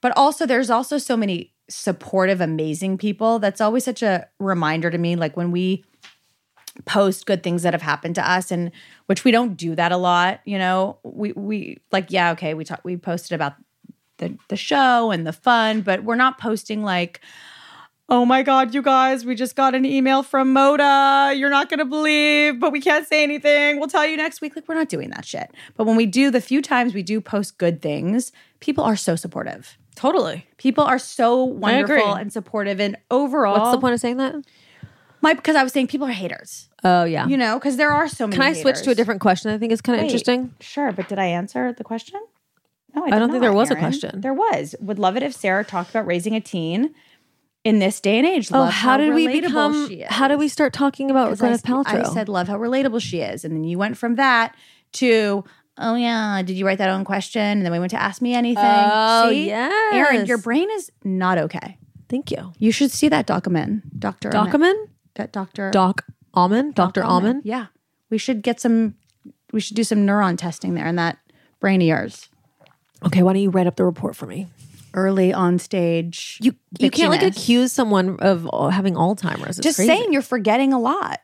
[SPEAKER 2] but also there's also so many supportive, amazing people. That's always such a reminder to me. Like when we post good things that have happened to us and which we don't do that a lot, you know, we we like, yeah, okay, we talked we posted about the the show and the fun, but we're not posting like Oh my God, you guys, we just got an email from Moda. You're not going to believe, but we can't say anything. We'll tell you next week. Like, we're not doing that shit. But when we do, the few times we do post good things, people are so supportive.
[SPEAKER 3] totally.
[SPEAKER 2] People are so wonderful
[SPEAKER 3] agree.
[SPEAKER 2] and supportive. And overall,
[SPEAKER 3] What's the point of saying that?
[SPEAKER 2] My, because I was saying people are haters,
[SPEAKER 3] Oh, yeah.
[SPEAKER 2] you know, because there are so many.
[SPEAKER 3] Can I switch to a
[SPEAKER 2] haters.
[SPEAKER 3] different question? that I think is kind of
[SPEAKER 2] Wait.
[SPEAKER 3] interesting.
[SPEAKER 2] Sure, but did I answer the question? No, I, did
[SPEAKER 3] don't think there
[SPEAKER 2] not,
[SPEAKER 3] was a
[SPEAKER 2] Erin.
[SPEAKER 3] question.
[SPEAKER 2] There was. Would love it if Sarah talked about raising a teen in this day and age.
[SPEAKER 3] Oh,
[SPEAKER 2] Love
[SPEAKER 3] how did we
[SPEAKER 2] relatable
[SPEAKER 3] become?
[SPEAKER 2] she is.
[SPEAKER 3] How did we start talking about
[SPEAKER 2] 'Cause I
[SPEAKER 3] Gwyneth
[SPEAKER 2] s- I,
[SPEAKER 3] Paltrow?
[SPEAKER 2] said, love how relatable she is. And then you went from that to, oh, yeah, did you write that own question? And then we went to ask me anything.
[SPEAKER 3] Oh,
[SPEAKER 2] See? Aaron, your
[SPEAKER 3] yes.
[SPEAKER 2] brain is not okay.
[SPEAKER 3] Thank you.
[SPEAKER 2] You should see that document, Doctor.
[SPEAKER 3] Document?
[SPEAKER 2] That Doctor.
[SPEAKER 3] Doc Almond? Dr. Almond?
[SPEAKER 2] Yeah, we should get some. We should do some neuron testing there in that brain of yours.
[SPEAKER 3] Okay, why don't you write up the report for me?
[SPEAKER 2] Early on stage,
[SPEAKER 3] You you can't like
[SPEAKER 2] Bitchiness.
[SPEAKER 3] accuse someone of uh, having Alzheimer's. It's
[SPEAKER 2] just
[SPEAKER 3] crazy.
[SPEAKER 2] saying you're forgetting a lot.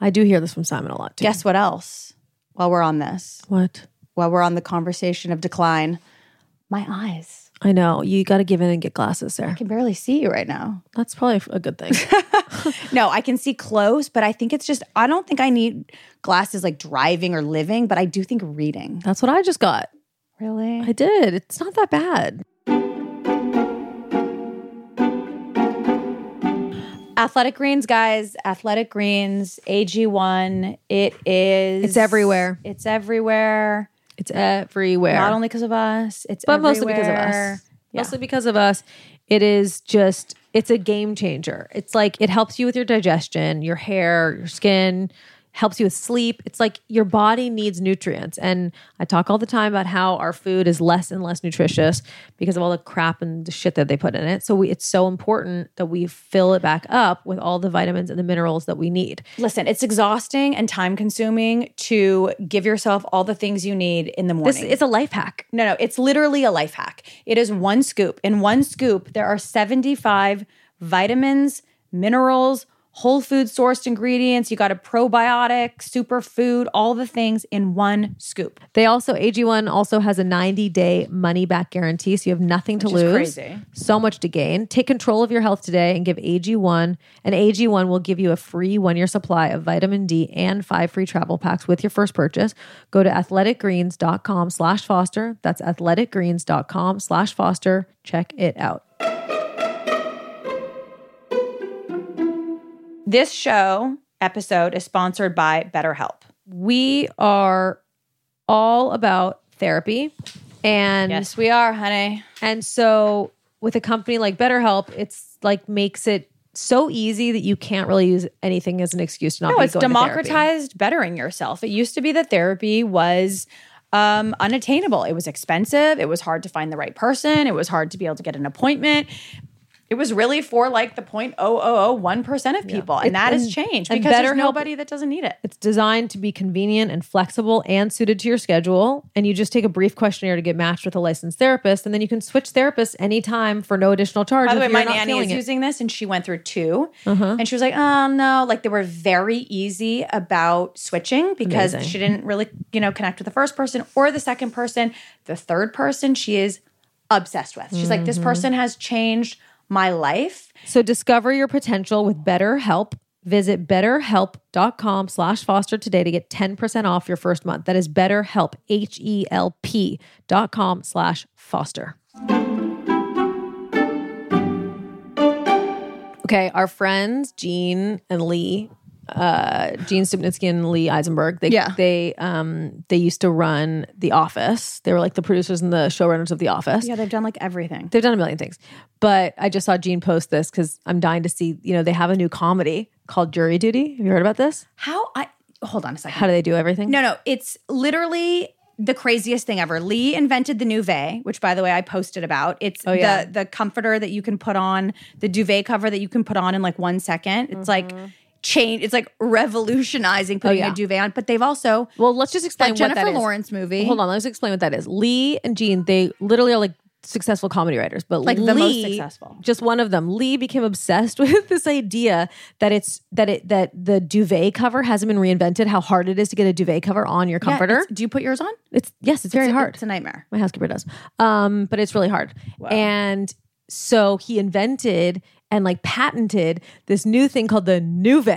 [SPEAKER 3] I do hear this from Simon a lot too.
[SPEAKER 2] Guess what else? While we're on this,
[SPEAKER 3] what?
[SPEAKER 2] while we're on the conversation of decline, my eyes
[SPEAKER 3] I know you got to give in and get glasses, Sarah.
[SPEAKER 2] I can barely see you right now.
[SPEAKER 3] That's probably a good thing.
[SPEAKER 2] No, I can see close, but I think it's just I don't think I need glasses like driving or living, but I do think reading.
[SPEAKER 3] That's what I just got.
[SPEAKER 2] Really?
[SPEAKER 3] I did. It's not that bad.
[SPEAKER 2] Athletic Greens, guys. Athletic Greens, AG1. It is.
[SPEAKER 3] It's everywhere.
[SPEAKER 2] It's everywhere.
[SPEAKER 3] It's everywhere.
[SPEAKER 2] Not only because of us, it's
[SPEAKER 3] but mostly because of
[SPEAKER 2] everywhere.
[SPEAKER 3] us. Mostly because of us. It is just it's a game changer. It's like it helps you with your digestion, your hair, your skin, helps you with sleep. It's like your body needs nutrients. And I talk all the time about how our food is less and less nutritious because of all the crap and the shit that they put in it. So we, it's so important that we fill it back up with all the vitamins and the minerals that we need.
[SPEAKER 2] Listen, it's exhausting and time consuming to give yourself all the things you need in the morning.
[SPEAKER 3] This it's a life hack.
[SPEAKER 2] No, no, it's literally a life hack. It is one scoop. In one scoop, there are 75 vitamins, minerals, whole food sourced ingredients. You got a probiotic, superfood, all the things in one scoop.
[SPEAKER 3] They also AG1 also has a 90-day money back guarantee, so you have nothing to
[SPEAKER 2] is
[SPEAKER 3] lose.
[SPEAKER 2] crazy.
[SPEAKER 3] So much to gain. Take control of your health today and give AG1. And AG1 will give you a free 1-year supply of vitamin D and 5 free travel packs with your first purchase. Go to athleticgreens.com/foster. slash Foster. That's athleticgreens.com/foster. slash Foster. Check it out.
[SPEAKER 2] This show episode is sponsored by BetterHelp.
[SPEAKER 3] We are all about therapy and
[SPEAKER 2] we are, honey.
[SPEAKER 3] And so with a company like BetterHelp, it's like makes it so easy that you can't really use anything as an excuse to not
[SPEAKER 2] No,
[SPEAKER 3] be
[SPEAKER 2] it's
[SPEAKER 3] going to therapy.
[SPEAKER 2] democratized bettering yourself. It used to be that therapy was um, unattainable. It was expensive. It was hard to find the right person. It was hard to be able to get an appointment. It was really for like the 0.0001% of people. And that has
[SPEAKER 3] and-
[SPEAKER 2] changed
[SPEAKER 3] and
[SPEAKER 2] because there's
[SPEAKER 3] BetterHelp-
[SPEAKER 2] nobody that doesn't need it.
[SPEAKER 3] It's designed to be convenient and flexible and suited to your schedule. And you just take a brief questionnaire to get matched with a licensed therapist, and then you can switch therapists anytime for no additional charge.
[SPEAKER 2] By the
[SPEAKER 3] if
[SPEAKER 2] way,
[SPEAKER 3] you're
[SPEAKER 2] my
[SPEAKER 3] not
[SPEAKER 2] nanny
[SPEAKER 3] feeling
[SPEAKER 2] is
[SPEAKER 3] it. Uh-huh.
[SPEAKER 2] using this and she went through 2 And she was like, oh no. Like they were very easy about switching because
[SPEAKER 3] Amazing.
[SPEAKER 2] she didn't really, you know, connect with the first person or the second person. The third person she is obsessed with. She's like, this
[SPEAKER 3] Mm-hmm.
[SPEAKER 2] person has changed my life.
[SPEAKER 3] So discover your potential with BetterHelp. Visit betterhelp.com slash foster today to get 10% off your first month. That is betterhelp, H-E-L-P dot com slash foster. Okay, our friends, Gene and Lee, uh, Gene Stupnitsky and Lee Eisenberg, they,
[SPEAKER 2] Yeah.
[SPEAKER 3] they, um, they used to run The Office. They were like the producers and the showrunners of The Office
[SPEAKER 2] Yeah, they've done like everything.
[SPEAKER 3] they've done a million things. But I just saw Gene post this because I'm dying to see. You know, they have a new comedy called Jury Duty. Have you heard about this?
[SPEAKER 2] How I hold on a second.
[SPEAKER 3] How do they do everything?
[SPEAKER 2] No, no, it's literally the craziest thing ever. Lee invented the duvet, which by the way I posted about. It's
[SPEAKER 3] Oh, yeah.
[SPEAKER 2] the the comforter that you can put on, the duvet cover that you can put on in like 1 second. It's like change it's like revolutionizing putting
[SPEAKER 3] Mm-hmm. Oh, yeah.
[SPEAKER 2] a duvet on, but they've also
[SPEAKER 3] Well, let's just explain
[SPEAKER 2] that
[SPEAKER 3] what
[SPEAKER 2] Jennifer
[SPEAKER 3] that is.
[SPEAKER 2] Lawrence movie.
[SPEAKER 3] Hold on, let's explain what that is. Lee and Gene, they literally are like successful comedy writers, but
[SPEAKER 2] Like
[SPEAKER 3] Lee,
[SPEAKER 2] the most successful.
[SPEAKER 3] Just one of them. Lee became obsessed with this idea that it's that it that the duvet cover hasn't been reinvented. How hard it is to get a duvet cover on your
[SPEAKER 2] Yeah,
[SPEAKER 3] comforter?
[SPEAKER 2] it's- do you put yours on?
[SPEAKER 3] it's, yes, it's very
[SPEAKER 2] It's a-
[SPEAKER 3] hard.
[SPEAKER 2] It's a nightmare.
[SPEAKER 3] My housekeeper does. Um, but it's really hard. And so he invented and like patented this new thing called the Nuve,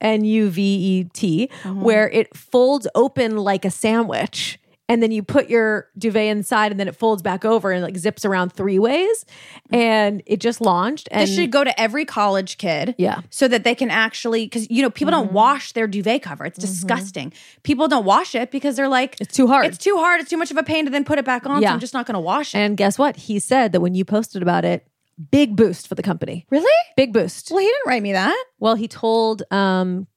[SPEAKER 3] N U V E T,
[SPEAKER 2] Uh-huh.
[SPEAKER 3] where it folds open like a sandwich. And then you put your duvet inside and then it folds back over and like zips around three ways. And it just launched. And
[SPEAKER 2] This should go to every college kid.
[SPEAKER 3] Yeah. Mm-hmm.
[SPEAKER 2] So that they can actually, because, you know, people don't wash their duvet cover. It's disgusting. People don't wash it because they're like,
[SPEAKER 3] It's too hard.
[SPEAKER 2] It's too hard. It's too much of a pain to then put it back on. So
[SPEAKER 3] Yeah.
[SPEAKER 2] I'm just not going to wash it.
[SPEAKER 3] and guess what? He said that when you posted about it, big boost for the company.
[SPEAKER 2] really?
[SPEAKER 3] Big boost.
[SPEAKER 2] Well, he didn't write me that.
[SPEAKER 3] Well, he told um,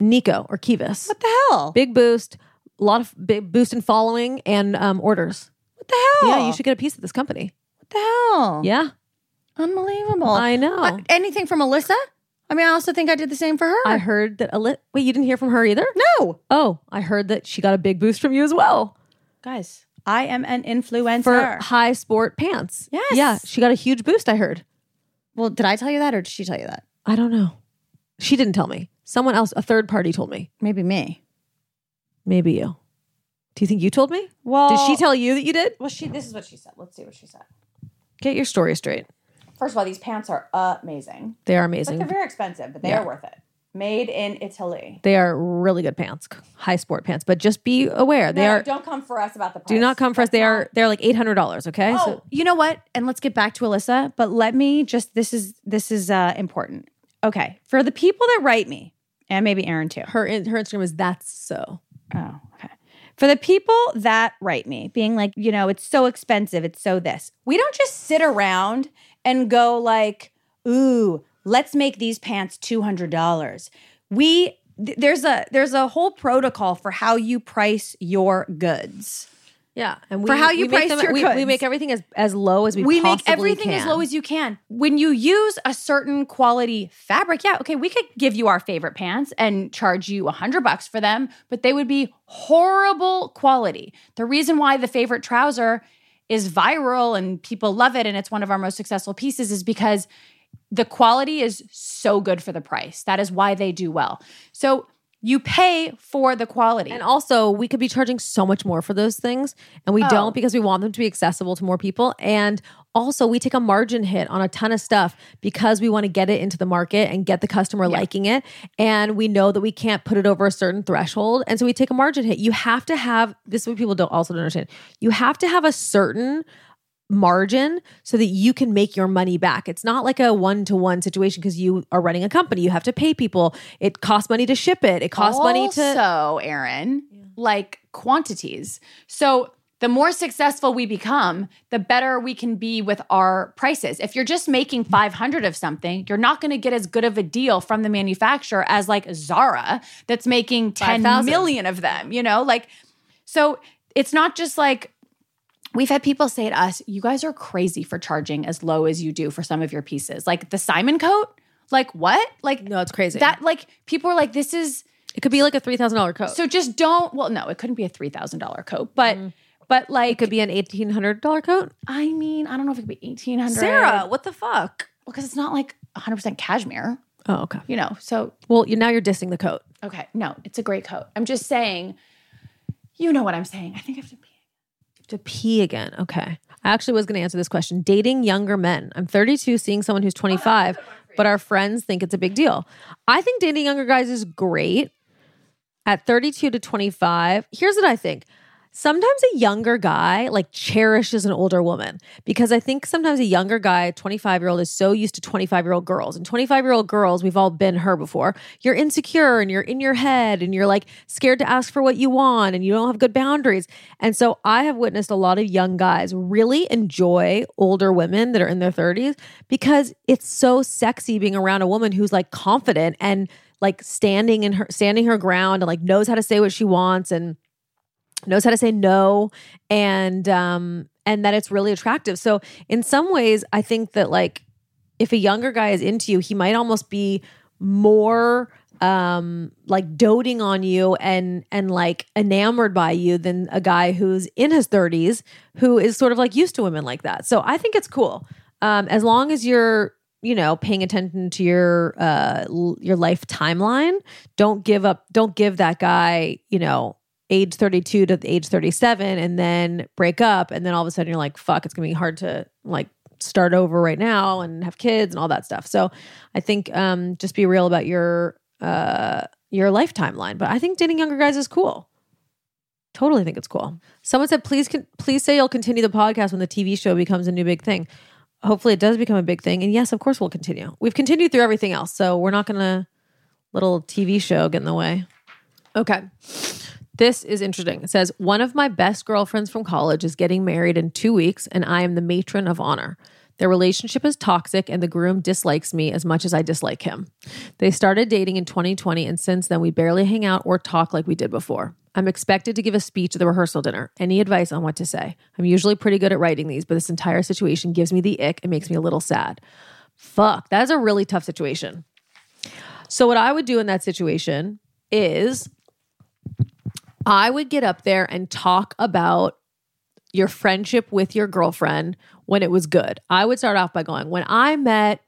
[SPEAKER 3] Nico or Kivas.
[SPEAKER 2] What the hell?
[SPEAKER 3] big boost, a lot of big boost in following and um, orders.
[SPEAKER 2] What the hell?
[SPEAKER 3] Yeah, you should get a piece of this company.
[SPEAKER 2] What the hell?
[SPEAKER 3] Yeah,
[SPEAKER 2] Unbelievable.
[SPEAKER 3] I know.
[SPEAKER 2] Uh, anything from Alyssa? I mean, I also think I did the same for her.
[SPEAKER 3] I heard that. Ali- Wait, you didn't hear from her either?
[SPEAKER 2] no.
[SPEAKER 3] Oh, I heard that she got a big boost from you as well
[SPEAKER 2] Guys, I am an influencer.
[SPEAKER 3] for high sport pants.
[SPEAKER 2] Yes.
[SPEAKER 3] Yeah, she got a huge boost, I heard.
[SPEAKER 2] well, did I tell you that or did she tell you that?
[SPEAKER 3] I don't know. She didn't tell me. Someone else, a third party told me.
[SPEAKER 2] Maybe me.
[SPEAKER 3] Maybe you. Do you think you told me?
[SPEAKER 2] Well,
[SPEAKER 3] Did she tell you that you did?
[SPEAKER 2] Well, she. This is what she said. Let's see what she said.
[SPEAKER 3] Get your story straight.
[SPEAKER 2] First of all, these pants are amazing.
[SPEAKER 3] They are
[SPEAKER 2] Like
[SPEAKER 3] amazing.
[SPEAKER 2] they're very expensive, but they
[SPEAKER 3] Yeah.
[SPEAKER 2] are worth it. Made in Italy.
[SPEAKER 3] they are really good pants, high sport pants. But just be aware, they
[SPEAKER 2] No,
[SPEAKER 3] are.
[SPEAKER 2] Don't come for us about the price.
[SPEAKER 3] Do not come for us. They are. They're like eight hundred dollars. Okay.
[SPEAKER 2] Oh, you know what? And let's get back to Alyssa, but let me just this is this is uh important. Okay. For the people that write me, and maybe Aaron too.
[SPEAKER 3] her her Instagram is that's so.
[SPEAKER 2] Oh, okay. For the people that write me, being like, you know, it's so expensive, it's so this. We don't just sit around and go like, ooh, let's make these pants two hundred dollars. We th- there's a there's a whole protocol for how you price your goods.
[SPEAKER 3] Yeah, and we,
[SPEAKER 2] For how you
[SPEAKER 3] we make
[SPEAKER 2] price your
[SPEAKER 3] we, we
[SPEAKER 2] goods.
[SPEAKER 3] make everything as as low as we
[SPEAKER 2] we make
[SPEAKER 3] possibly
[SPEAKER 2] everything as
[SPEAKER 3] can.
[SPEAKER 2] low as you can. When you use a certain quality fabric, yeah, okay, we could give you our favorite pants and charge you a hundred bucks for them, but they would be horrible quality. The reason why the favorite trouser is viral and people love it and it's one of our most successful pieces is because the quality is so good for the price. That is why they do well. So you pay for the quality.
[SPEAKER 3] And also, we could be charging so much more for those things, and we
[SPEAKER 2] Oh.
[SPEAKER 3] don't because we want them to be accessible to more people. And also, we take a margin hit on a ton of stuff because we want to get it into the market and get the customer liking it. And we know that we can't put it over a certain threshold, and so we take a margin hit. You have to have this. Is what people don't also don't understand. You have to have a certain margin so that you can make your money back. It's not like a one to one situation because you are running a company. You have to pay people. It costs money to ship it. It costs money to
[SPEAKER 2] also, Aaron, like quantities. So the more successful we become, the better we can be with our prices. If you're just making 500 of something, you're not going to get as good of a deal from the manufacturer as like Zara that's making 10
[SPEAKER 3] 5,000.
[SPEAKER 2] million of them, you know? Like so it's not just like We've had people say to us, you guys are crazy for charging as low as you do for some of your pieces. Like the Simon coat? Like what? Like
[SPEAKER 3] No, it's crazy.
[SPEAKER 2] that like people were like this is
[SPEAKER 3] it could be like a three thousand dollar coat.
[SPEAKER 2] so just don't. Well, no, it couldn't be a three thousand dollar coat, but but like
[SPEAKER 3] it could be an eighteen hundred dollar coat.
[SPEAKER 2] I mean, I don't know if it could be eighteen hundred.
[SPEAKER 3] what the fuck?
[SPEAKER 2] because it's not like one hundred percent cashmere,
[SPEAKER 3] Oh, okay.
[SPEAKER 2] you know. So
[SPEAKER 3] Well, you now you're dissing the coat.
[SPEAKER 2] okay, no, it's a great coat. I'm just saying, you know what I'm saying. I think I have to pee.
[SPEAKER 3] To pee again. Okay. I actually was going to answer this question. Dating younger men. I'm 32, seeing someone who's 25, but our friends think it's a big deal. I think dating younger guys is great. At 32 to 25, here's what I think. Sometimes a younger guy like cherishes an older woman because I think sometimes a younger guy, 25 year old, is so used to 25 year old girls. And 25 year old girls, we've all been her before. You're insecure and you're in your head and you're like scared to ask for what you want and you don't have good boundaries. And so I have witnessed a lot of young guys really enjoy older women that are in their 30s because it's so sexy being around a woman who's like confident and like standing in her standing her ground and like knows how to say what she wants and knows how to say no and um and that it's really attractive so in some ways i think that like if a younger guy is into you he might almost be more um like doting on you and and like enamored by you than a guy who's in his 30s who is sort of like used to women like that so i think it's cool um as long as you're you know paying attention to your uh l- your life timeline don't give up don't give that guy you know age 32 to age 37 and then break up and then all of a sudden you're like fuck it's gonna be hard to like start over right now and have kids and all that stuff so i think um just be real about your uh your life timeline but i think dating younger guys is cool totally think it's cool someone said please con- please say you'll continue the podcast when the tv show becomes a new big thing hopefully it does become a big thing and yes of course we'll continue we've continued through everything else so we're not gonna little tv show get in the way Okay. This is interesting. It says, One of my best girlfriends from college is getting married in two weeks, and I am the matron of honor. Their relationship is toxic, and the groom dislikes me as much as I dislike him. They started dating in 2020, and since then, we barely hang out or talk like we did before. I'm expected to give a speech at the rehearsal dinner. Any advice on what to say? I'm usually pretty good at writing these, but this entire situation gives me the ick and makes me a little sad. Fuck, that is a really tough situation. So, what I would do in that situation is I would get up there and talk about your friendship with your girlfriend when it was good. I would start off by going, when I met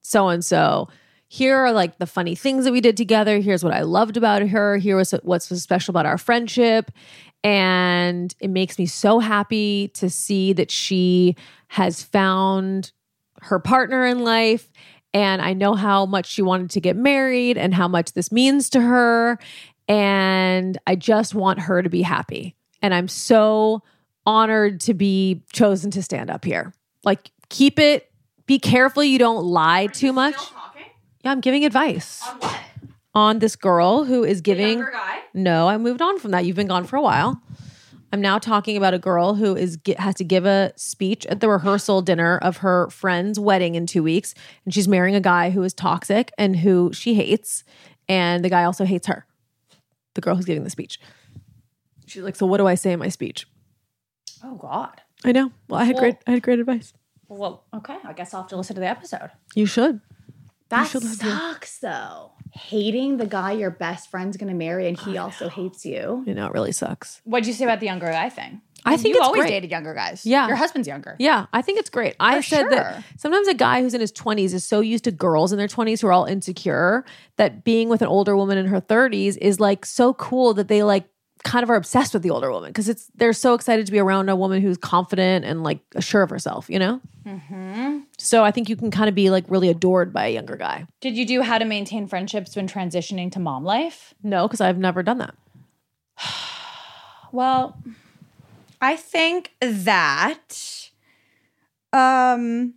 [SPEAKER 3] so and so, here are like the funny things that we did together. Here's what I loved about her. Here was what's so special about our friendship. And it makes me so happy to see that she has found her partner in life. And I know how much she wanted to get married and how much this means to her. And I just want her to be happy. And I'm so honored to be chosen to stand up here. Like, keep it, be careful you don't lie too much. Yeah, I'm giving advice
[SPEAKER 2] On what?
[SPEAKER 3] on this girl who is giving.
[SPEAKER 2] Younger guy?
[SPEAKER 3] No, I moved on from that. You've been gone for a while. I'm now talking about a girl who is gi- has to give a speech at the rehearsal dinner of her friend's wedding in two weeks, and she's marrying a guy who is toxic and who she hates, and the guy also hates her. The girl who's giving the speech. She's like, so what do I say in my speech?
[SPEAKER 5] Oh God.
[SPEAKER 3] I know. Well, I had great, I had great advice.
[SPEAKER 5] Well, okay. I guess I'll have to listen to the episode.
[SPEAKER 3] You should.
[SPEAKER 5] That
[SPEAKER 3] should listen.
[SPEAKER 5] sucks, though. Hating the guy your best friend's gonna marry, and he also hates you.
[SPEAKER 3] You know, it really sucks.
[SPEAKER 5] What'd you say about the younger guy thing?
[SPEAKER 3] I think
[SPEAKER 5] you
[SPEAKER 3] it's
[SPEAKER 5] always
[SPEAKER 3] great.
[SPEAKER 5] dated younger guys.
[SPEAKER 3] Yeah.
[SPEAKER 5] your husband's younger.
[SPEAKER 3] Yeah, I think it's great. I said
[SPEAKER 5] sure.
[SPEAKER 3] that sometimes a guy who's in his 20s is so used to girls in their 20s who are all insecure that being with an older woman in her 30s is like so cool that they like kind of are obsessed with the older woman because it's they're so excited to be around a woman who's confident and like sure of herself, you know? So I think you can kind of be like really adored by a younger guy.
[SPEAKER 5] Did you do how to maintain friendships when transitioning to mom life?
[SPEAKER 3] No, because I've never done that.
[SPEAKER 5] Well, I think that
[SPEAKER 2] Um,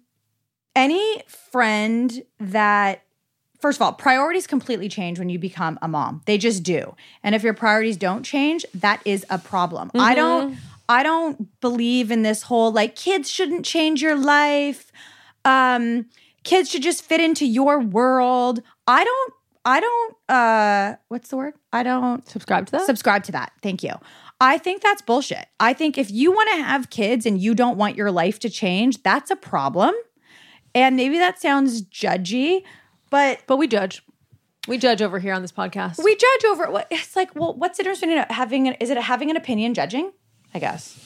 [SPEAKER 2] any friend that, first of all, priorities completely change when you become a mom. They just do. And if your priorities don't change, that is a problem. I don't. I don't believe in this whole like kids shouldn't change your life. Um, kids should just fit into your world. I don't. I don't. Uh, what's the word? I don't
[SPEAKER 3] Subscribe to that?
[SPEAKER 2] subscribe to that. Thank you. I think that's bullshit. I think if you want to have kids and you don't want your life to change, that's a problem. And maybe that sounds judgy, but
[SPEAKER 3] but we judge. We judge over here on this podcast.
[SPEAKER 2] we judge over what it's like. Well, what's the difference between having an, is it having an opinion judging? I guess.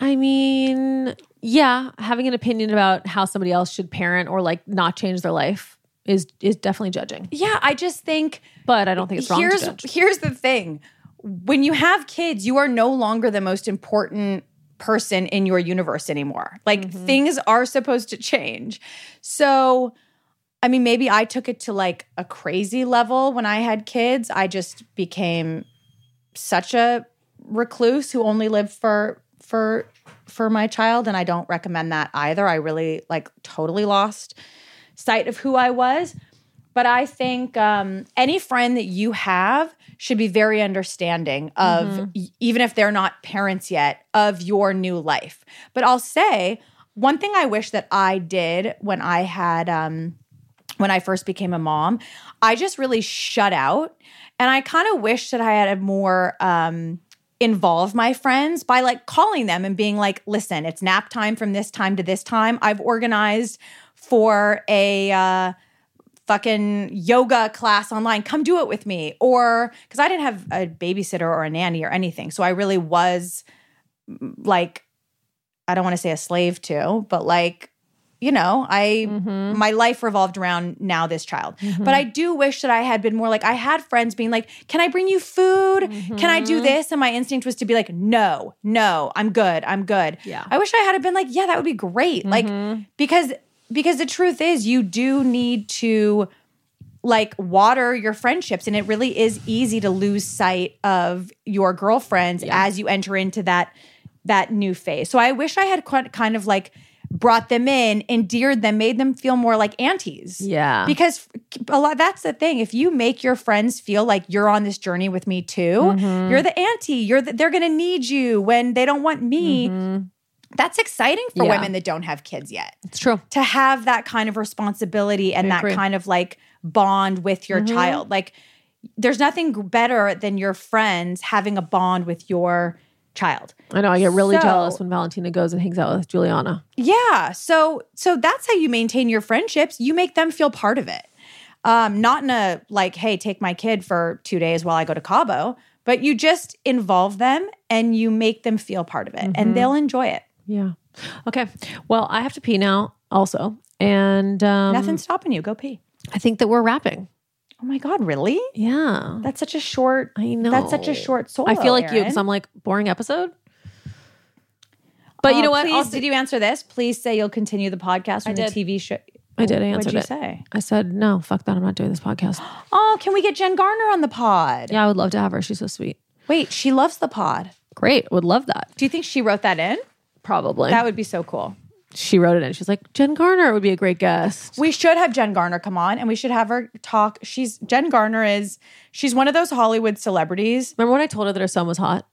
[SPEAKER 3] I mean, yeah, having an opinion about how somebody else should parent or like not change their life is is definitely judging.
[SPEAKER 2] Yeah, I just think
[SPEAKER 3] But I don't think it's wrong
[SPEAKER 2] here's
[SPEAKER 3] to judge.
[SPEAKER 2] here's the thing. When you have kids, you are no longer the most important person in your universe anymore. Like
[SPEAKER 3] Mm-hmm.
[SPEAKER 2] things are supposed to change. So I mean, maybe I took it to like a crazy level when I had kids. I just became such a recluse who only lived for for for my child and I don't recommend that either. I really like totally lost sight of who I was. But I think um, any friend that you have should be very understanding of, e- even if they're not parents yet, of your new life. But I'll say one thing I wish that I did when I had, um, when I first became a mom, I just really shut out. And I kind of wish that I had a more, um, involve my friends by like calling them and being like, listen, it's nap time from this time to this time. I've organized for a, uh, fucking yoga class online. Come do it with me. Or because I didn't have a babysitter or a nanny or anything. So I really was mm, like, I don't want to say a slave to, but like, you know, I
[SPEAKER 3] Mm-hmm.
[SPEAKER 2] my life revolved around now this child. But I do wish that I had been more like I had friends being like, "Can I bring you food? Can I do this?" And my instinct was to be like, "No, no, I'm good, I'm good."
[SPEAKER 3] Yeah.
[SPEAKER 2] I wish I had been like, "Yeah, that would be great." Like because because the truth is, you do need to like water your friendships and it really is easy to lose sight of your girlfriends as you enter into that that new phase so i wish i had qu- kind of like brought them in endeared them made them feel more like aunties
[SPEAKER 3] Yeah.
[SPEAKER 2] because f- a lot that's the thing if you make your friends feel like you're on this journey with me too
[SPEAKER 3] Mm-hmm.
[SPEAKER 2] you're the auntie you're the, they're gonna need you when they don't want me that's exciting for
[SPEAKER 3] Mm-hmm. Yeah.
[SPEAKER 2] women that don't have kids yet
[SPEAKER 3] It's true.
[SPEAKER 2] to have that kind of responsibility and that
[SPEAKER 3] agree. Mm-hmm.
[SPEAKER 2] kind of like bond with your child. Like there's nothing g- better than your friends having a bond with your child.
[SPEAKER 3] I know I get really
[SPEAKER 2] So-
[SPEAKER 3] jealous when Valentina goes and hangs out with Juliana.
[SPEAKER 2] Yeah. So so that's how you maintain your friendships. You make them feel part of it. Um, not in a like, hey, take my kid for two days while I go to Cabo, but you just involve them and you make them feel part of it
[SPEAKER 3] Mm-hmm.
[SPEAKER 2] and they'll enjoy it.
[SPEAKER 3] Yeah. Okay. Well, I have to pee now also. And um,
[SPEAKER 2] Nothing's stopping you. Go pee.
[SPEAKER 3] I think that we're wrapping.
[SPEAKER 2] Oh my God, really?
[SPEAKER 3] Yeah.
[SPEAKER 2] That's such a short
[SPEAKER 3] I know.
[SPEAKER 2] That's such a short solo.
[SPEAKER 3] I feel like you because
[SPEAKER 2] Aaron.
[SPEAKER 3] I'm like, boring episode. But you know
[SPEAKER 2] Oh,
[SPEAKER 3] what?
[SPEAKER 2] Please,
[SPEAKER 3] Also-
[SPEAKER 2] did you answer this? Please say you'll continue the podcast from the
[SPEAKER 3] did.
[SPEAKER 2] TV show.
[SPEAKER 3] I did. I
[SPEAKER 2] What'd
[SPEAKER 3] answered
[SPEAKER 2] you
[SPEAKER 3] it.
[SPEAKER 2] say?
[SPEAKER 3] I said, no, fuck that. I'm not doing this podcast.
[SPEAKER 2] Oh, can we get Jen Garner on the pod?
[SPEAKER 3] yeah, I would love to have her. She's so sweet.
[SPEAKER 2] Wait, she loves the pod.
[SPEAKER 3] Great. Would love that.
[SPEAKER 2] Do you think she wrote that in?
[SPEAKER 3] Probably.
[SPEAKER 2] That would be so cool.
[SPEAKER 3] she wrote it in. She's like, Jen Garner would be a great guest.
[SPEAKER 2] We should have Jen Garner come on and we should have her talk. She's Jen Garner is she's one of those Hollywood celebrities.
[SPEAKER 3] Remember when I told her that her son was hot?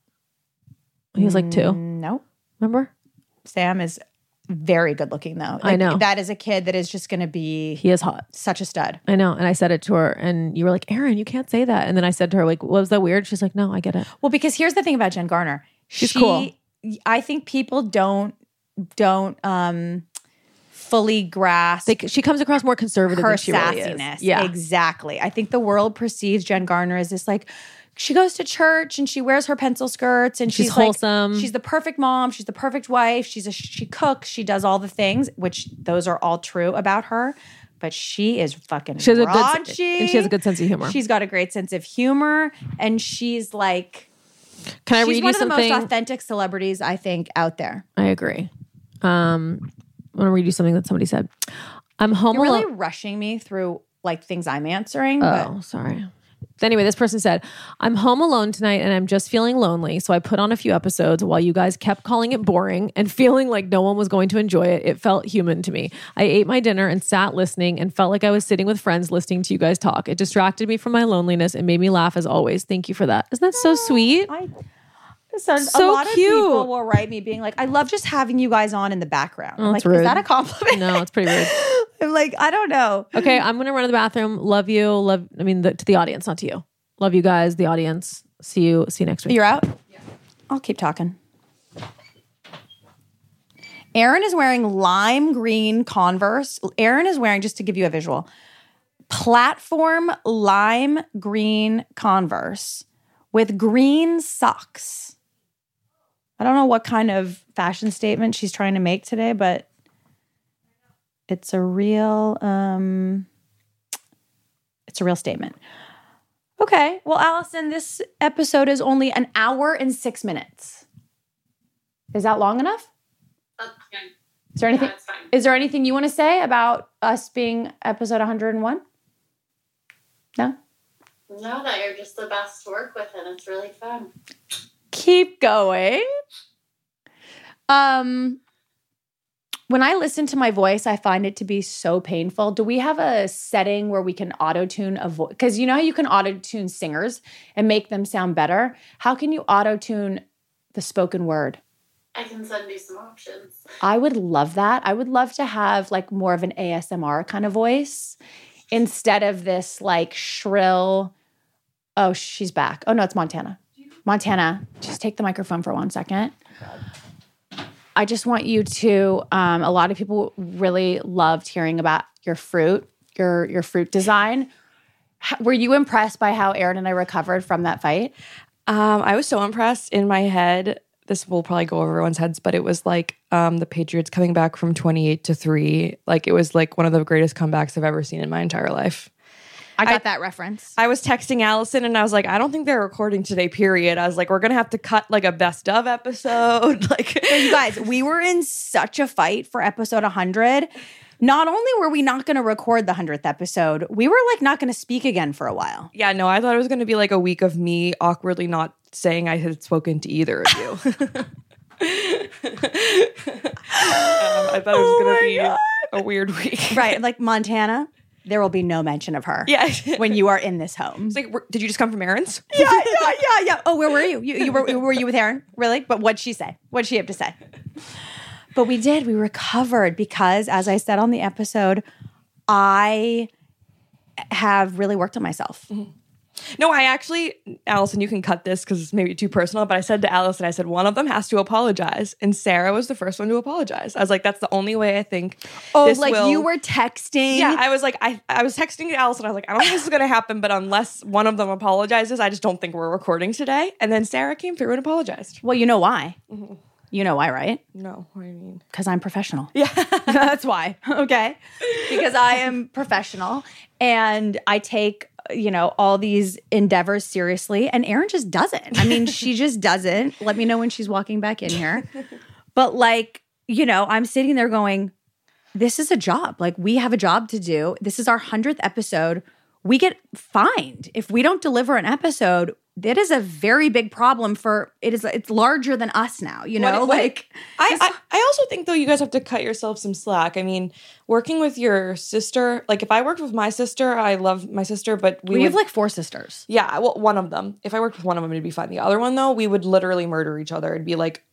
[SPEAKER 3] He was like two.
[SPEAKER 2] No,
[SPEAKER 3] Remember?
[SPEAKER 2] Sam is very good looking though.
[SPEAKER 3] I know.
[SPEAKER 2] That is a kid that is just going to be
[SPEAKER 3] He is hot.
[SPEAKER 2] such a stud.
[SPEAKER 3] I know. And I said it to her, and you were like, Aaron, you can't say that. And then I said to her, like, was that weird? She's like, no, I get it.
[SPEAKER 2] Well, because here's the thing about Jen Garner.
[SPEAKER 3] She's cool.
[SPEAKER 2] I think people don't don't um fully grasp
[SPEAKER 3] Like, she comes across more conservative
[SPEAKER 2] her
[SPEAKER 3] than she really is.
[SPEAKER 2] sassiness.
[SPEAKER 3] Yeah.
[SPEAKER 2] exactly. I think the world perceives Jen Garner as this like she goes to church and she wears her pencil skirts and
[SPEAKER 3] She's
[SPEAKER 2] she's like-
[SPEAKER 3] wholesome.
[SPEAKER 2] she's the perfect mom. She's the perfect wife. She's a she cooks. She does all the things, which those are all true about her. But she is fucking
[SPEAKER 3] She has a good-
[SPEAKER 2] raunchy.
[SPEAKER 3] and she has a good sense of humor.
[SPEAKER 2] She's got a great sense of humor, and she's like
[SPEAKER 3] Can I
[SPEAKER 2] she's one
[SPEAKER 3] read you
[SPEAKER 2] of the
[SPEAKER 3] something?
[SPEAKER 2] most authentic celebrities I think out there.
[SPEAKER 3] I agree. Um, I want to read you something that somebody said. I'm home
[SPEAKER 2] You're
[SPEAKER 3] alone.
[SPEAKER 2] really rushing me through like things I'm answering. but
[SPEAKER 3] Oh, sorry. Anyway, this person said, I'm home alone tonight and I'm just feeling lonely. So I put on a few episodes while you guys kept calling it boring and feeling like no one was going to enjoy it. It felt human to me. I ate my dinner and sat listening and felt like I was sitting with friends listening to you guys talk. It distracted me from my loneliness and made me laugh as always. Thank you for that. Isn't that so sweet?
[SPEAKER 2] I so,
[SPEAKER 3] So
[SPEAKER 2] a lot
[SPEAKER 3] cute.
[SPEAKER 2] of people will write me being like, I love just having you guys on in the background. I'm like,
[SPEAKER 3] that's rude.
[SPEAKER 2] is that a compliment?
[SPEAKER 3] No, it's pretty weird.
[SPEAKER 2] I'm like, I don't know.
[SPEAKER 3] Okay, I'm gonna run to the bathroom. Love you. Love, I mean, the, to the audience, not to you. Love you guys, the audience. See you. See you next week.
[SPEAKER 2] You're out? Yeah. I'll keep talking. Aaron is wearing lime green Converse. Aaron is wearing, just to give you a visual, platform lime green Converse with green socks. I don't know what kind of fashion statement she's trying to make today, but it's a real um it's a real statement. Okay. Well, Allison, this episode is only an hour and six minutes. Is that long enough?
[SPEAKER 6] Uh, yeah,
[SPEAKER 2] Is there anything
[SPEAKER 6] that's fine.
[SPEAKER 2] is there anything you want to say about us being episode 101? No?
[SPEAKER 7] No, that you're just the best to work with, and it's really fun.
[SPEAKER 2] Keep going. Um when I listen to my voice, I find it to be so painful. Do we have a setting where we can auto-tune a voice? Because you know how you can auto-tune singers and make them sound better? How can you auto-tune the spoken word?
[SPEAKER 7] I can send you some options.
[SPEAKER 2] I would love that. I would love to have like more of an ASMR kind of voice instead of this like shrill. Oh, she's back. Oh no, it's Montana. Montana, just take the microphone for one second. I just want you to. Um, a lot of people really loved hearing about your fruit, your your fruit design. H- Were you impressed by how Aaron and I recovered from that fight?
[SPEAKER 8] Um, I was so impressed in my head. This will probably go over everyone's heads, but it was like um, the Patriots coming back from 28 to 3. Like it was like one of the greatest comebacks I've ever seen in my entire life.
[SPEAKER 2] I got that reference.
[SPEAKER 8] I was texting Allison and I was like, I don't think they're recording today, period. I was like, we're going to have to cut like a best of episode. like,
[SPEAKER 2] you guys, we were in such a fight for episode 100. Not only were we not going to record the 100th episode, we were like not going to speak again for a while.
[SPEAKER 8] yeah, no, I thought it was going to be like a week of me awkwardly not saying I had spoken to either of you. Um, I thought it was going to be a weird week.
[SPEAKER 2] Right. Like Montana, there will be no mention of her
[SPEAKER 8] Yeah.
[SPEAKER 2] when you are in this home.
[SPEAKER 8] It's like, "Were- did you just come from Aaron's?
[SPEAKER 2] yeah, yeah, yeah, yeah. Oh, where were you? You, you were, were you with Aaron? Really? But what'd she say? What'd she have to say? But we did. We recovered because, as I said on
[SPEAKER 8] Mm-hmm.
[SPEAKER 2] the episode, I have really worked on myself.
[SPEAKER 8] No, I actually, Allison, you can cut this because it's maybe too personal, but I said to Allison, I said, one of them has to apologize. And Sarah was the first one to apologize. I was like, that's the only way I think.
[SPEAKER 2] Oh,
[SPEAKER 8] this
[SPEAKER 2] like
[SPEAKER 8] will-
[SPEAKER 2] you were texting.
[SPEAKER 8] Yeah, I was like, I, I was texting Allison. I was like, I don't think this is going to happen, but unless one of them apologizes, I just don't think we're recording today. And then Sarah came through and apologized.
[SPEAKER 2] well, you know why. You know why, right?
[SPEAKER 8] No, I mean,
[SPEAKER 2] Because I'm professional. Yeah. That's why. Okay. Because I am professional and I take, you know, all these endeavors seriously. And Erin just doesn't. I mean, she just doesn't. Let me know when she's walking back in here. But like, you know, I'm sitting there going, this is a job. Like, we have a job to do. This is our 100th episode. We get fined if we don't deliver an episode. That is a very big problem for it is it's larger than us now, you know?
[SPEAKER 8] what-
[SPEAKER 2] like
[SPEAKER 8] I, I, I also think though you guys have to cut yourself some slack. I mean, working with your sister, like if I worked with my sister, I love my sister, but we
[SPEAKER 2] We have
[SPEAKER 8] would-
[SPEAKER 2] like four sisters.
[SPEAKER 8] yeah, well, one of them. If I worked with one of them, it'd be fine. The other one though, we would literally murder each other. It'd be like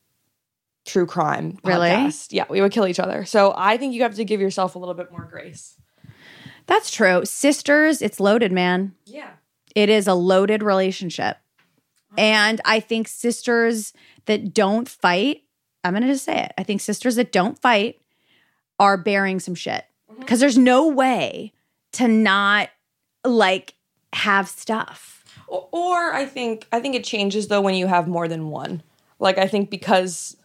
[SPEAKER 8] true crime.
[SPEAKER 2] Really?
[SPEAKER 8] Podcast. Yeah, we would kill each other. So I think you have to give yourself a little bit more grace.
[SPEAKER 2] That's true. Sisters, it's loaded, man.
[SPEAKER 8] Yeah.
[SPEAKER 2] It is a loaded relationship. And I think sisters that don't fight, I'm going to just say it. I think sisters that don't fight are bearing some shit because there's no way to not like have stuff.
[SPEAKER 8] Or, or I think I think it changes though when you have more than one. Like I think because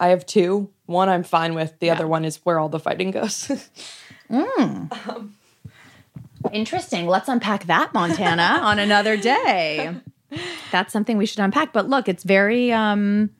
[SPEAKER 8] I have two, one I'm fine with. The other one is where all the fighting goes.
[SPEAKER 2] Interesting. Let's unpack that, Montana, on another day. That's something we should unpack. But look, it's very um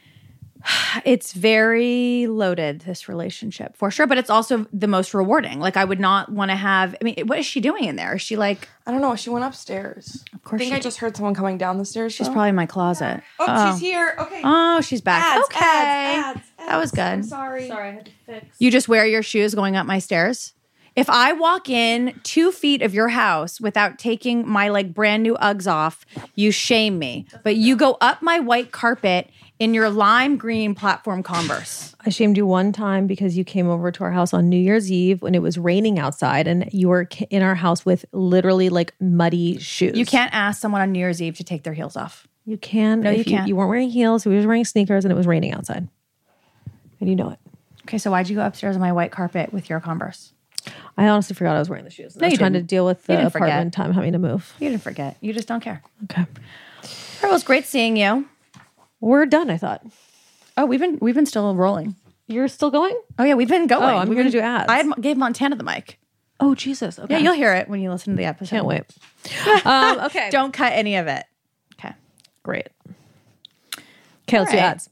[SPEAKER 2] it's very loaded this relationship for sure, but it's also the most rewarding. Like I would not want to have I mean, what is she doing in there? Is she like
[SPEAKER 8] I don't know. She went upstairs. Of
[SPEAKER 2] course
[SPEAKER 8] I think
[SPEAKER 2] she
[SPEAKER 8] I just heard someone coming down the stairs.
[SPEAKER 2] she's
[SPEAKER 8] though.
[SPEAKER 2] probably in my closet.
[SPEAKER 8] Oh, she's here. Okay.
[SPEAKER 2] Oh, she's back.
[SPEAKER 8] Ads,
[SPEAKER 2] okay.
[SPEAKER 8] ads, ads,
[SPEAKER 2] That was
[SPEAKER 8] ads. I'm
[SPEAKER 2] good.
[SPEAKER 8] sorry.
[SPEAKER 9] Sorry, I had to fix.
[SPEAKER 2] You just wear your shoes going up my stairs? If I walk in two feet of your house without taking my like brand new Uggs off, you shame me. But you go up my white carpet in your lime green platform Converse.
[SPEAKER 3] I shamed you one time because you came over to our house on New Year's Eve when it was raining outside, and you were ki- in our house with literally like muddy shoes.
[SPEAKER 2] You can't ask someone on New Year's Eve to take their heels off.
[SPEAKER 3] You can. No,
[SPEAKER 2] you can't.
[SPEAKER 3] You weren't wearing heels. We were wearing sneakers, and it was raining outside, and you know it.
[SPEAKER 2] Okay, so why'd you go upstairs on my white carpet with your Converse?
[SPEAKER 3] I honestly forgot I was wearing the shoes. No, I was
[SPEAKER 2] you
[SPEAKER 3] trying
[SPEAKER 2] didn't.
[SPEAKER 3] to deal with
[SPEAKER 2] You
[SPEAKER 3] the
[SPEAKER 2] didn't forget.
[SPEAKER 3] apartment time having to move.
[SPEAKER 2] You didn't forget. You just don't care.
[SPEAKER 3] Okay,
[SPEAKER 2] All right, well, it's great seeing you.
[SPEAKER 3] we're done. I thought
[SPEAKER 2] Oh, we've been we've been still rolling.
[SPEAKER 3] you're still going.
[SPEAKER 2] Oh yeah, we've been going.
[SPEAKER 3] Oh, I'm
[SPEAKER 2] We've
[SPEAKER 3] gonna
[SPEAKER 2] been-
[SPEAKER 3] do ads.
[SPEAKER 2] I had- gave Montana the mic.
[SPEAKER 3] Oh Jesus. Okay.
[SPEAKER 2] Yeah, you'll hear it when you listen to the episode.
[SPEAKER 3] Can't wait. um, okay.
[SPEAKER 2] Don't cut any of it. Okay.
[SPEAKER 3] Great. Okay, let's do
[SPEAKER 2] right.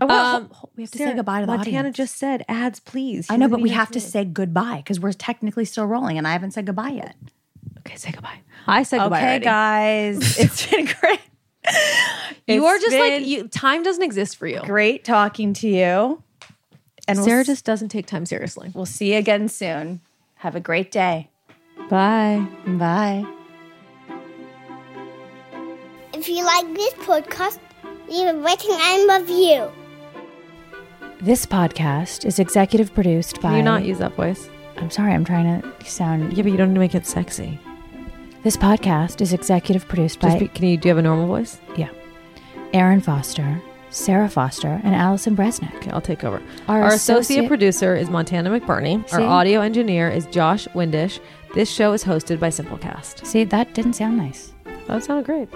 [SPEAKER 2] Oh,
[SPEAKER 3] ads. Um,
[SPEAKER 2] we have to
[SPEAKER 3] Sarah,
[SPEAKER 2] say goodbye to the
[SPEAKER 3] Montana
[SPEAKER 2] audience.
[SPEAKER 3] just said ads, please.
[SPEAKER 2] I know, but we have to say goodbye because we're technically still rolling, and I haven't said goodbye yet.
[SPEAKER 3] Okay, say goodbye. I said goodbye.
[SPEAKER 2] Okay,
[SPEAKER 3] already.
[SPEAKER 2] guys, it's been great,
[SPEAKER 3] You
[SPEAKER 2] It's
[SPEAKER 3] are just
[SPEAKER 2] been-
[SPEAKER 3] like you, time doesn't exist for you.
[SPEAKER 2] great talking to you. And
[SPEAKER 3] Sarah
[SPEAKER 2] we'll,
[SPEAKER 3] just doesn't take time seriously.
[SPEAKER 2] we'll see you again soon. Have a great day.
[SPEAKER 3] Bye.
[SPEAKER 2] Bye.
[SPEAKER 1] If you like this podcast, leave a rating and review.
[SPEAKER 2] This podcast is executive produced by.
[SPEAKER 3] Can you not use that voice?
[SPEAKER 2] I'm sorry, I'm trying to sound.
[SPEAKER 3] Yeah, but you don't make it sexy.
[SPEAKER 2] This podcast is executive produced by
[SPEAKER 3] Just be, can you do you have a normal voice?
[SPEAKER 2] yeah, Aaron Foster, Sarah Foster, and Allison Bresnick.
[SPEAKER 3] Okay, I'll take over.
[SPEAKER 2] Our
[SPEAKER 3] Our, associate,
[SPEAKER 2] associate-
[SPEAKER 3] producer is Montana McBurney. Our
[SPEAKER 2] See?
[SPEAKER 3] audio engineer is Josh Windish. This show is hosted by Simplecast.
[SPEAKER 2] See, that didn't sound nice.
[SPEAKER 3] That sounded great.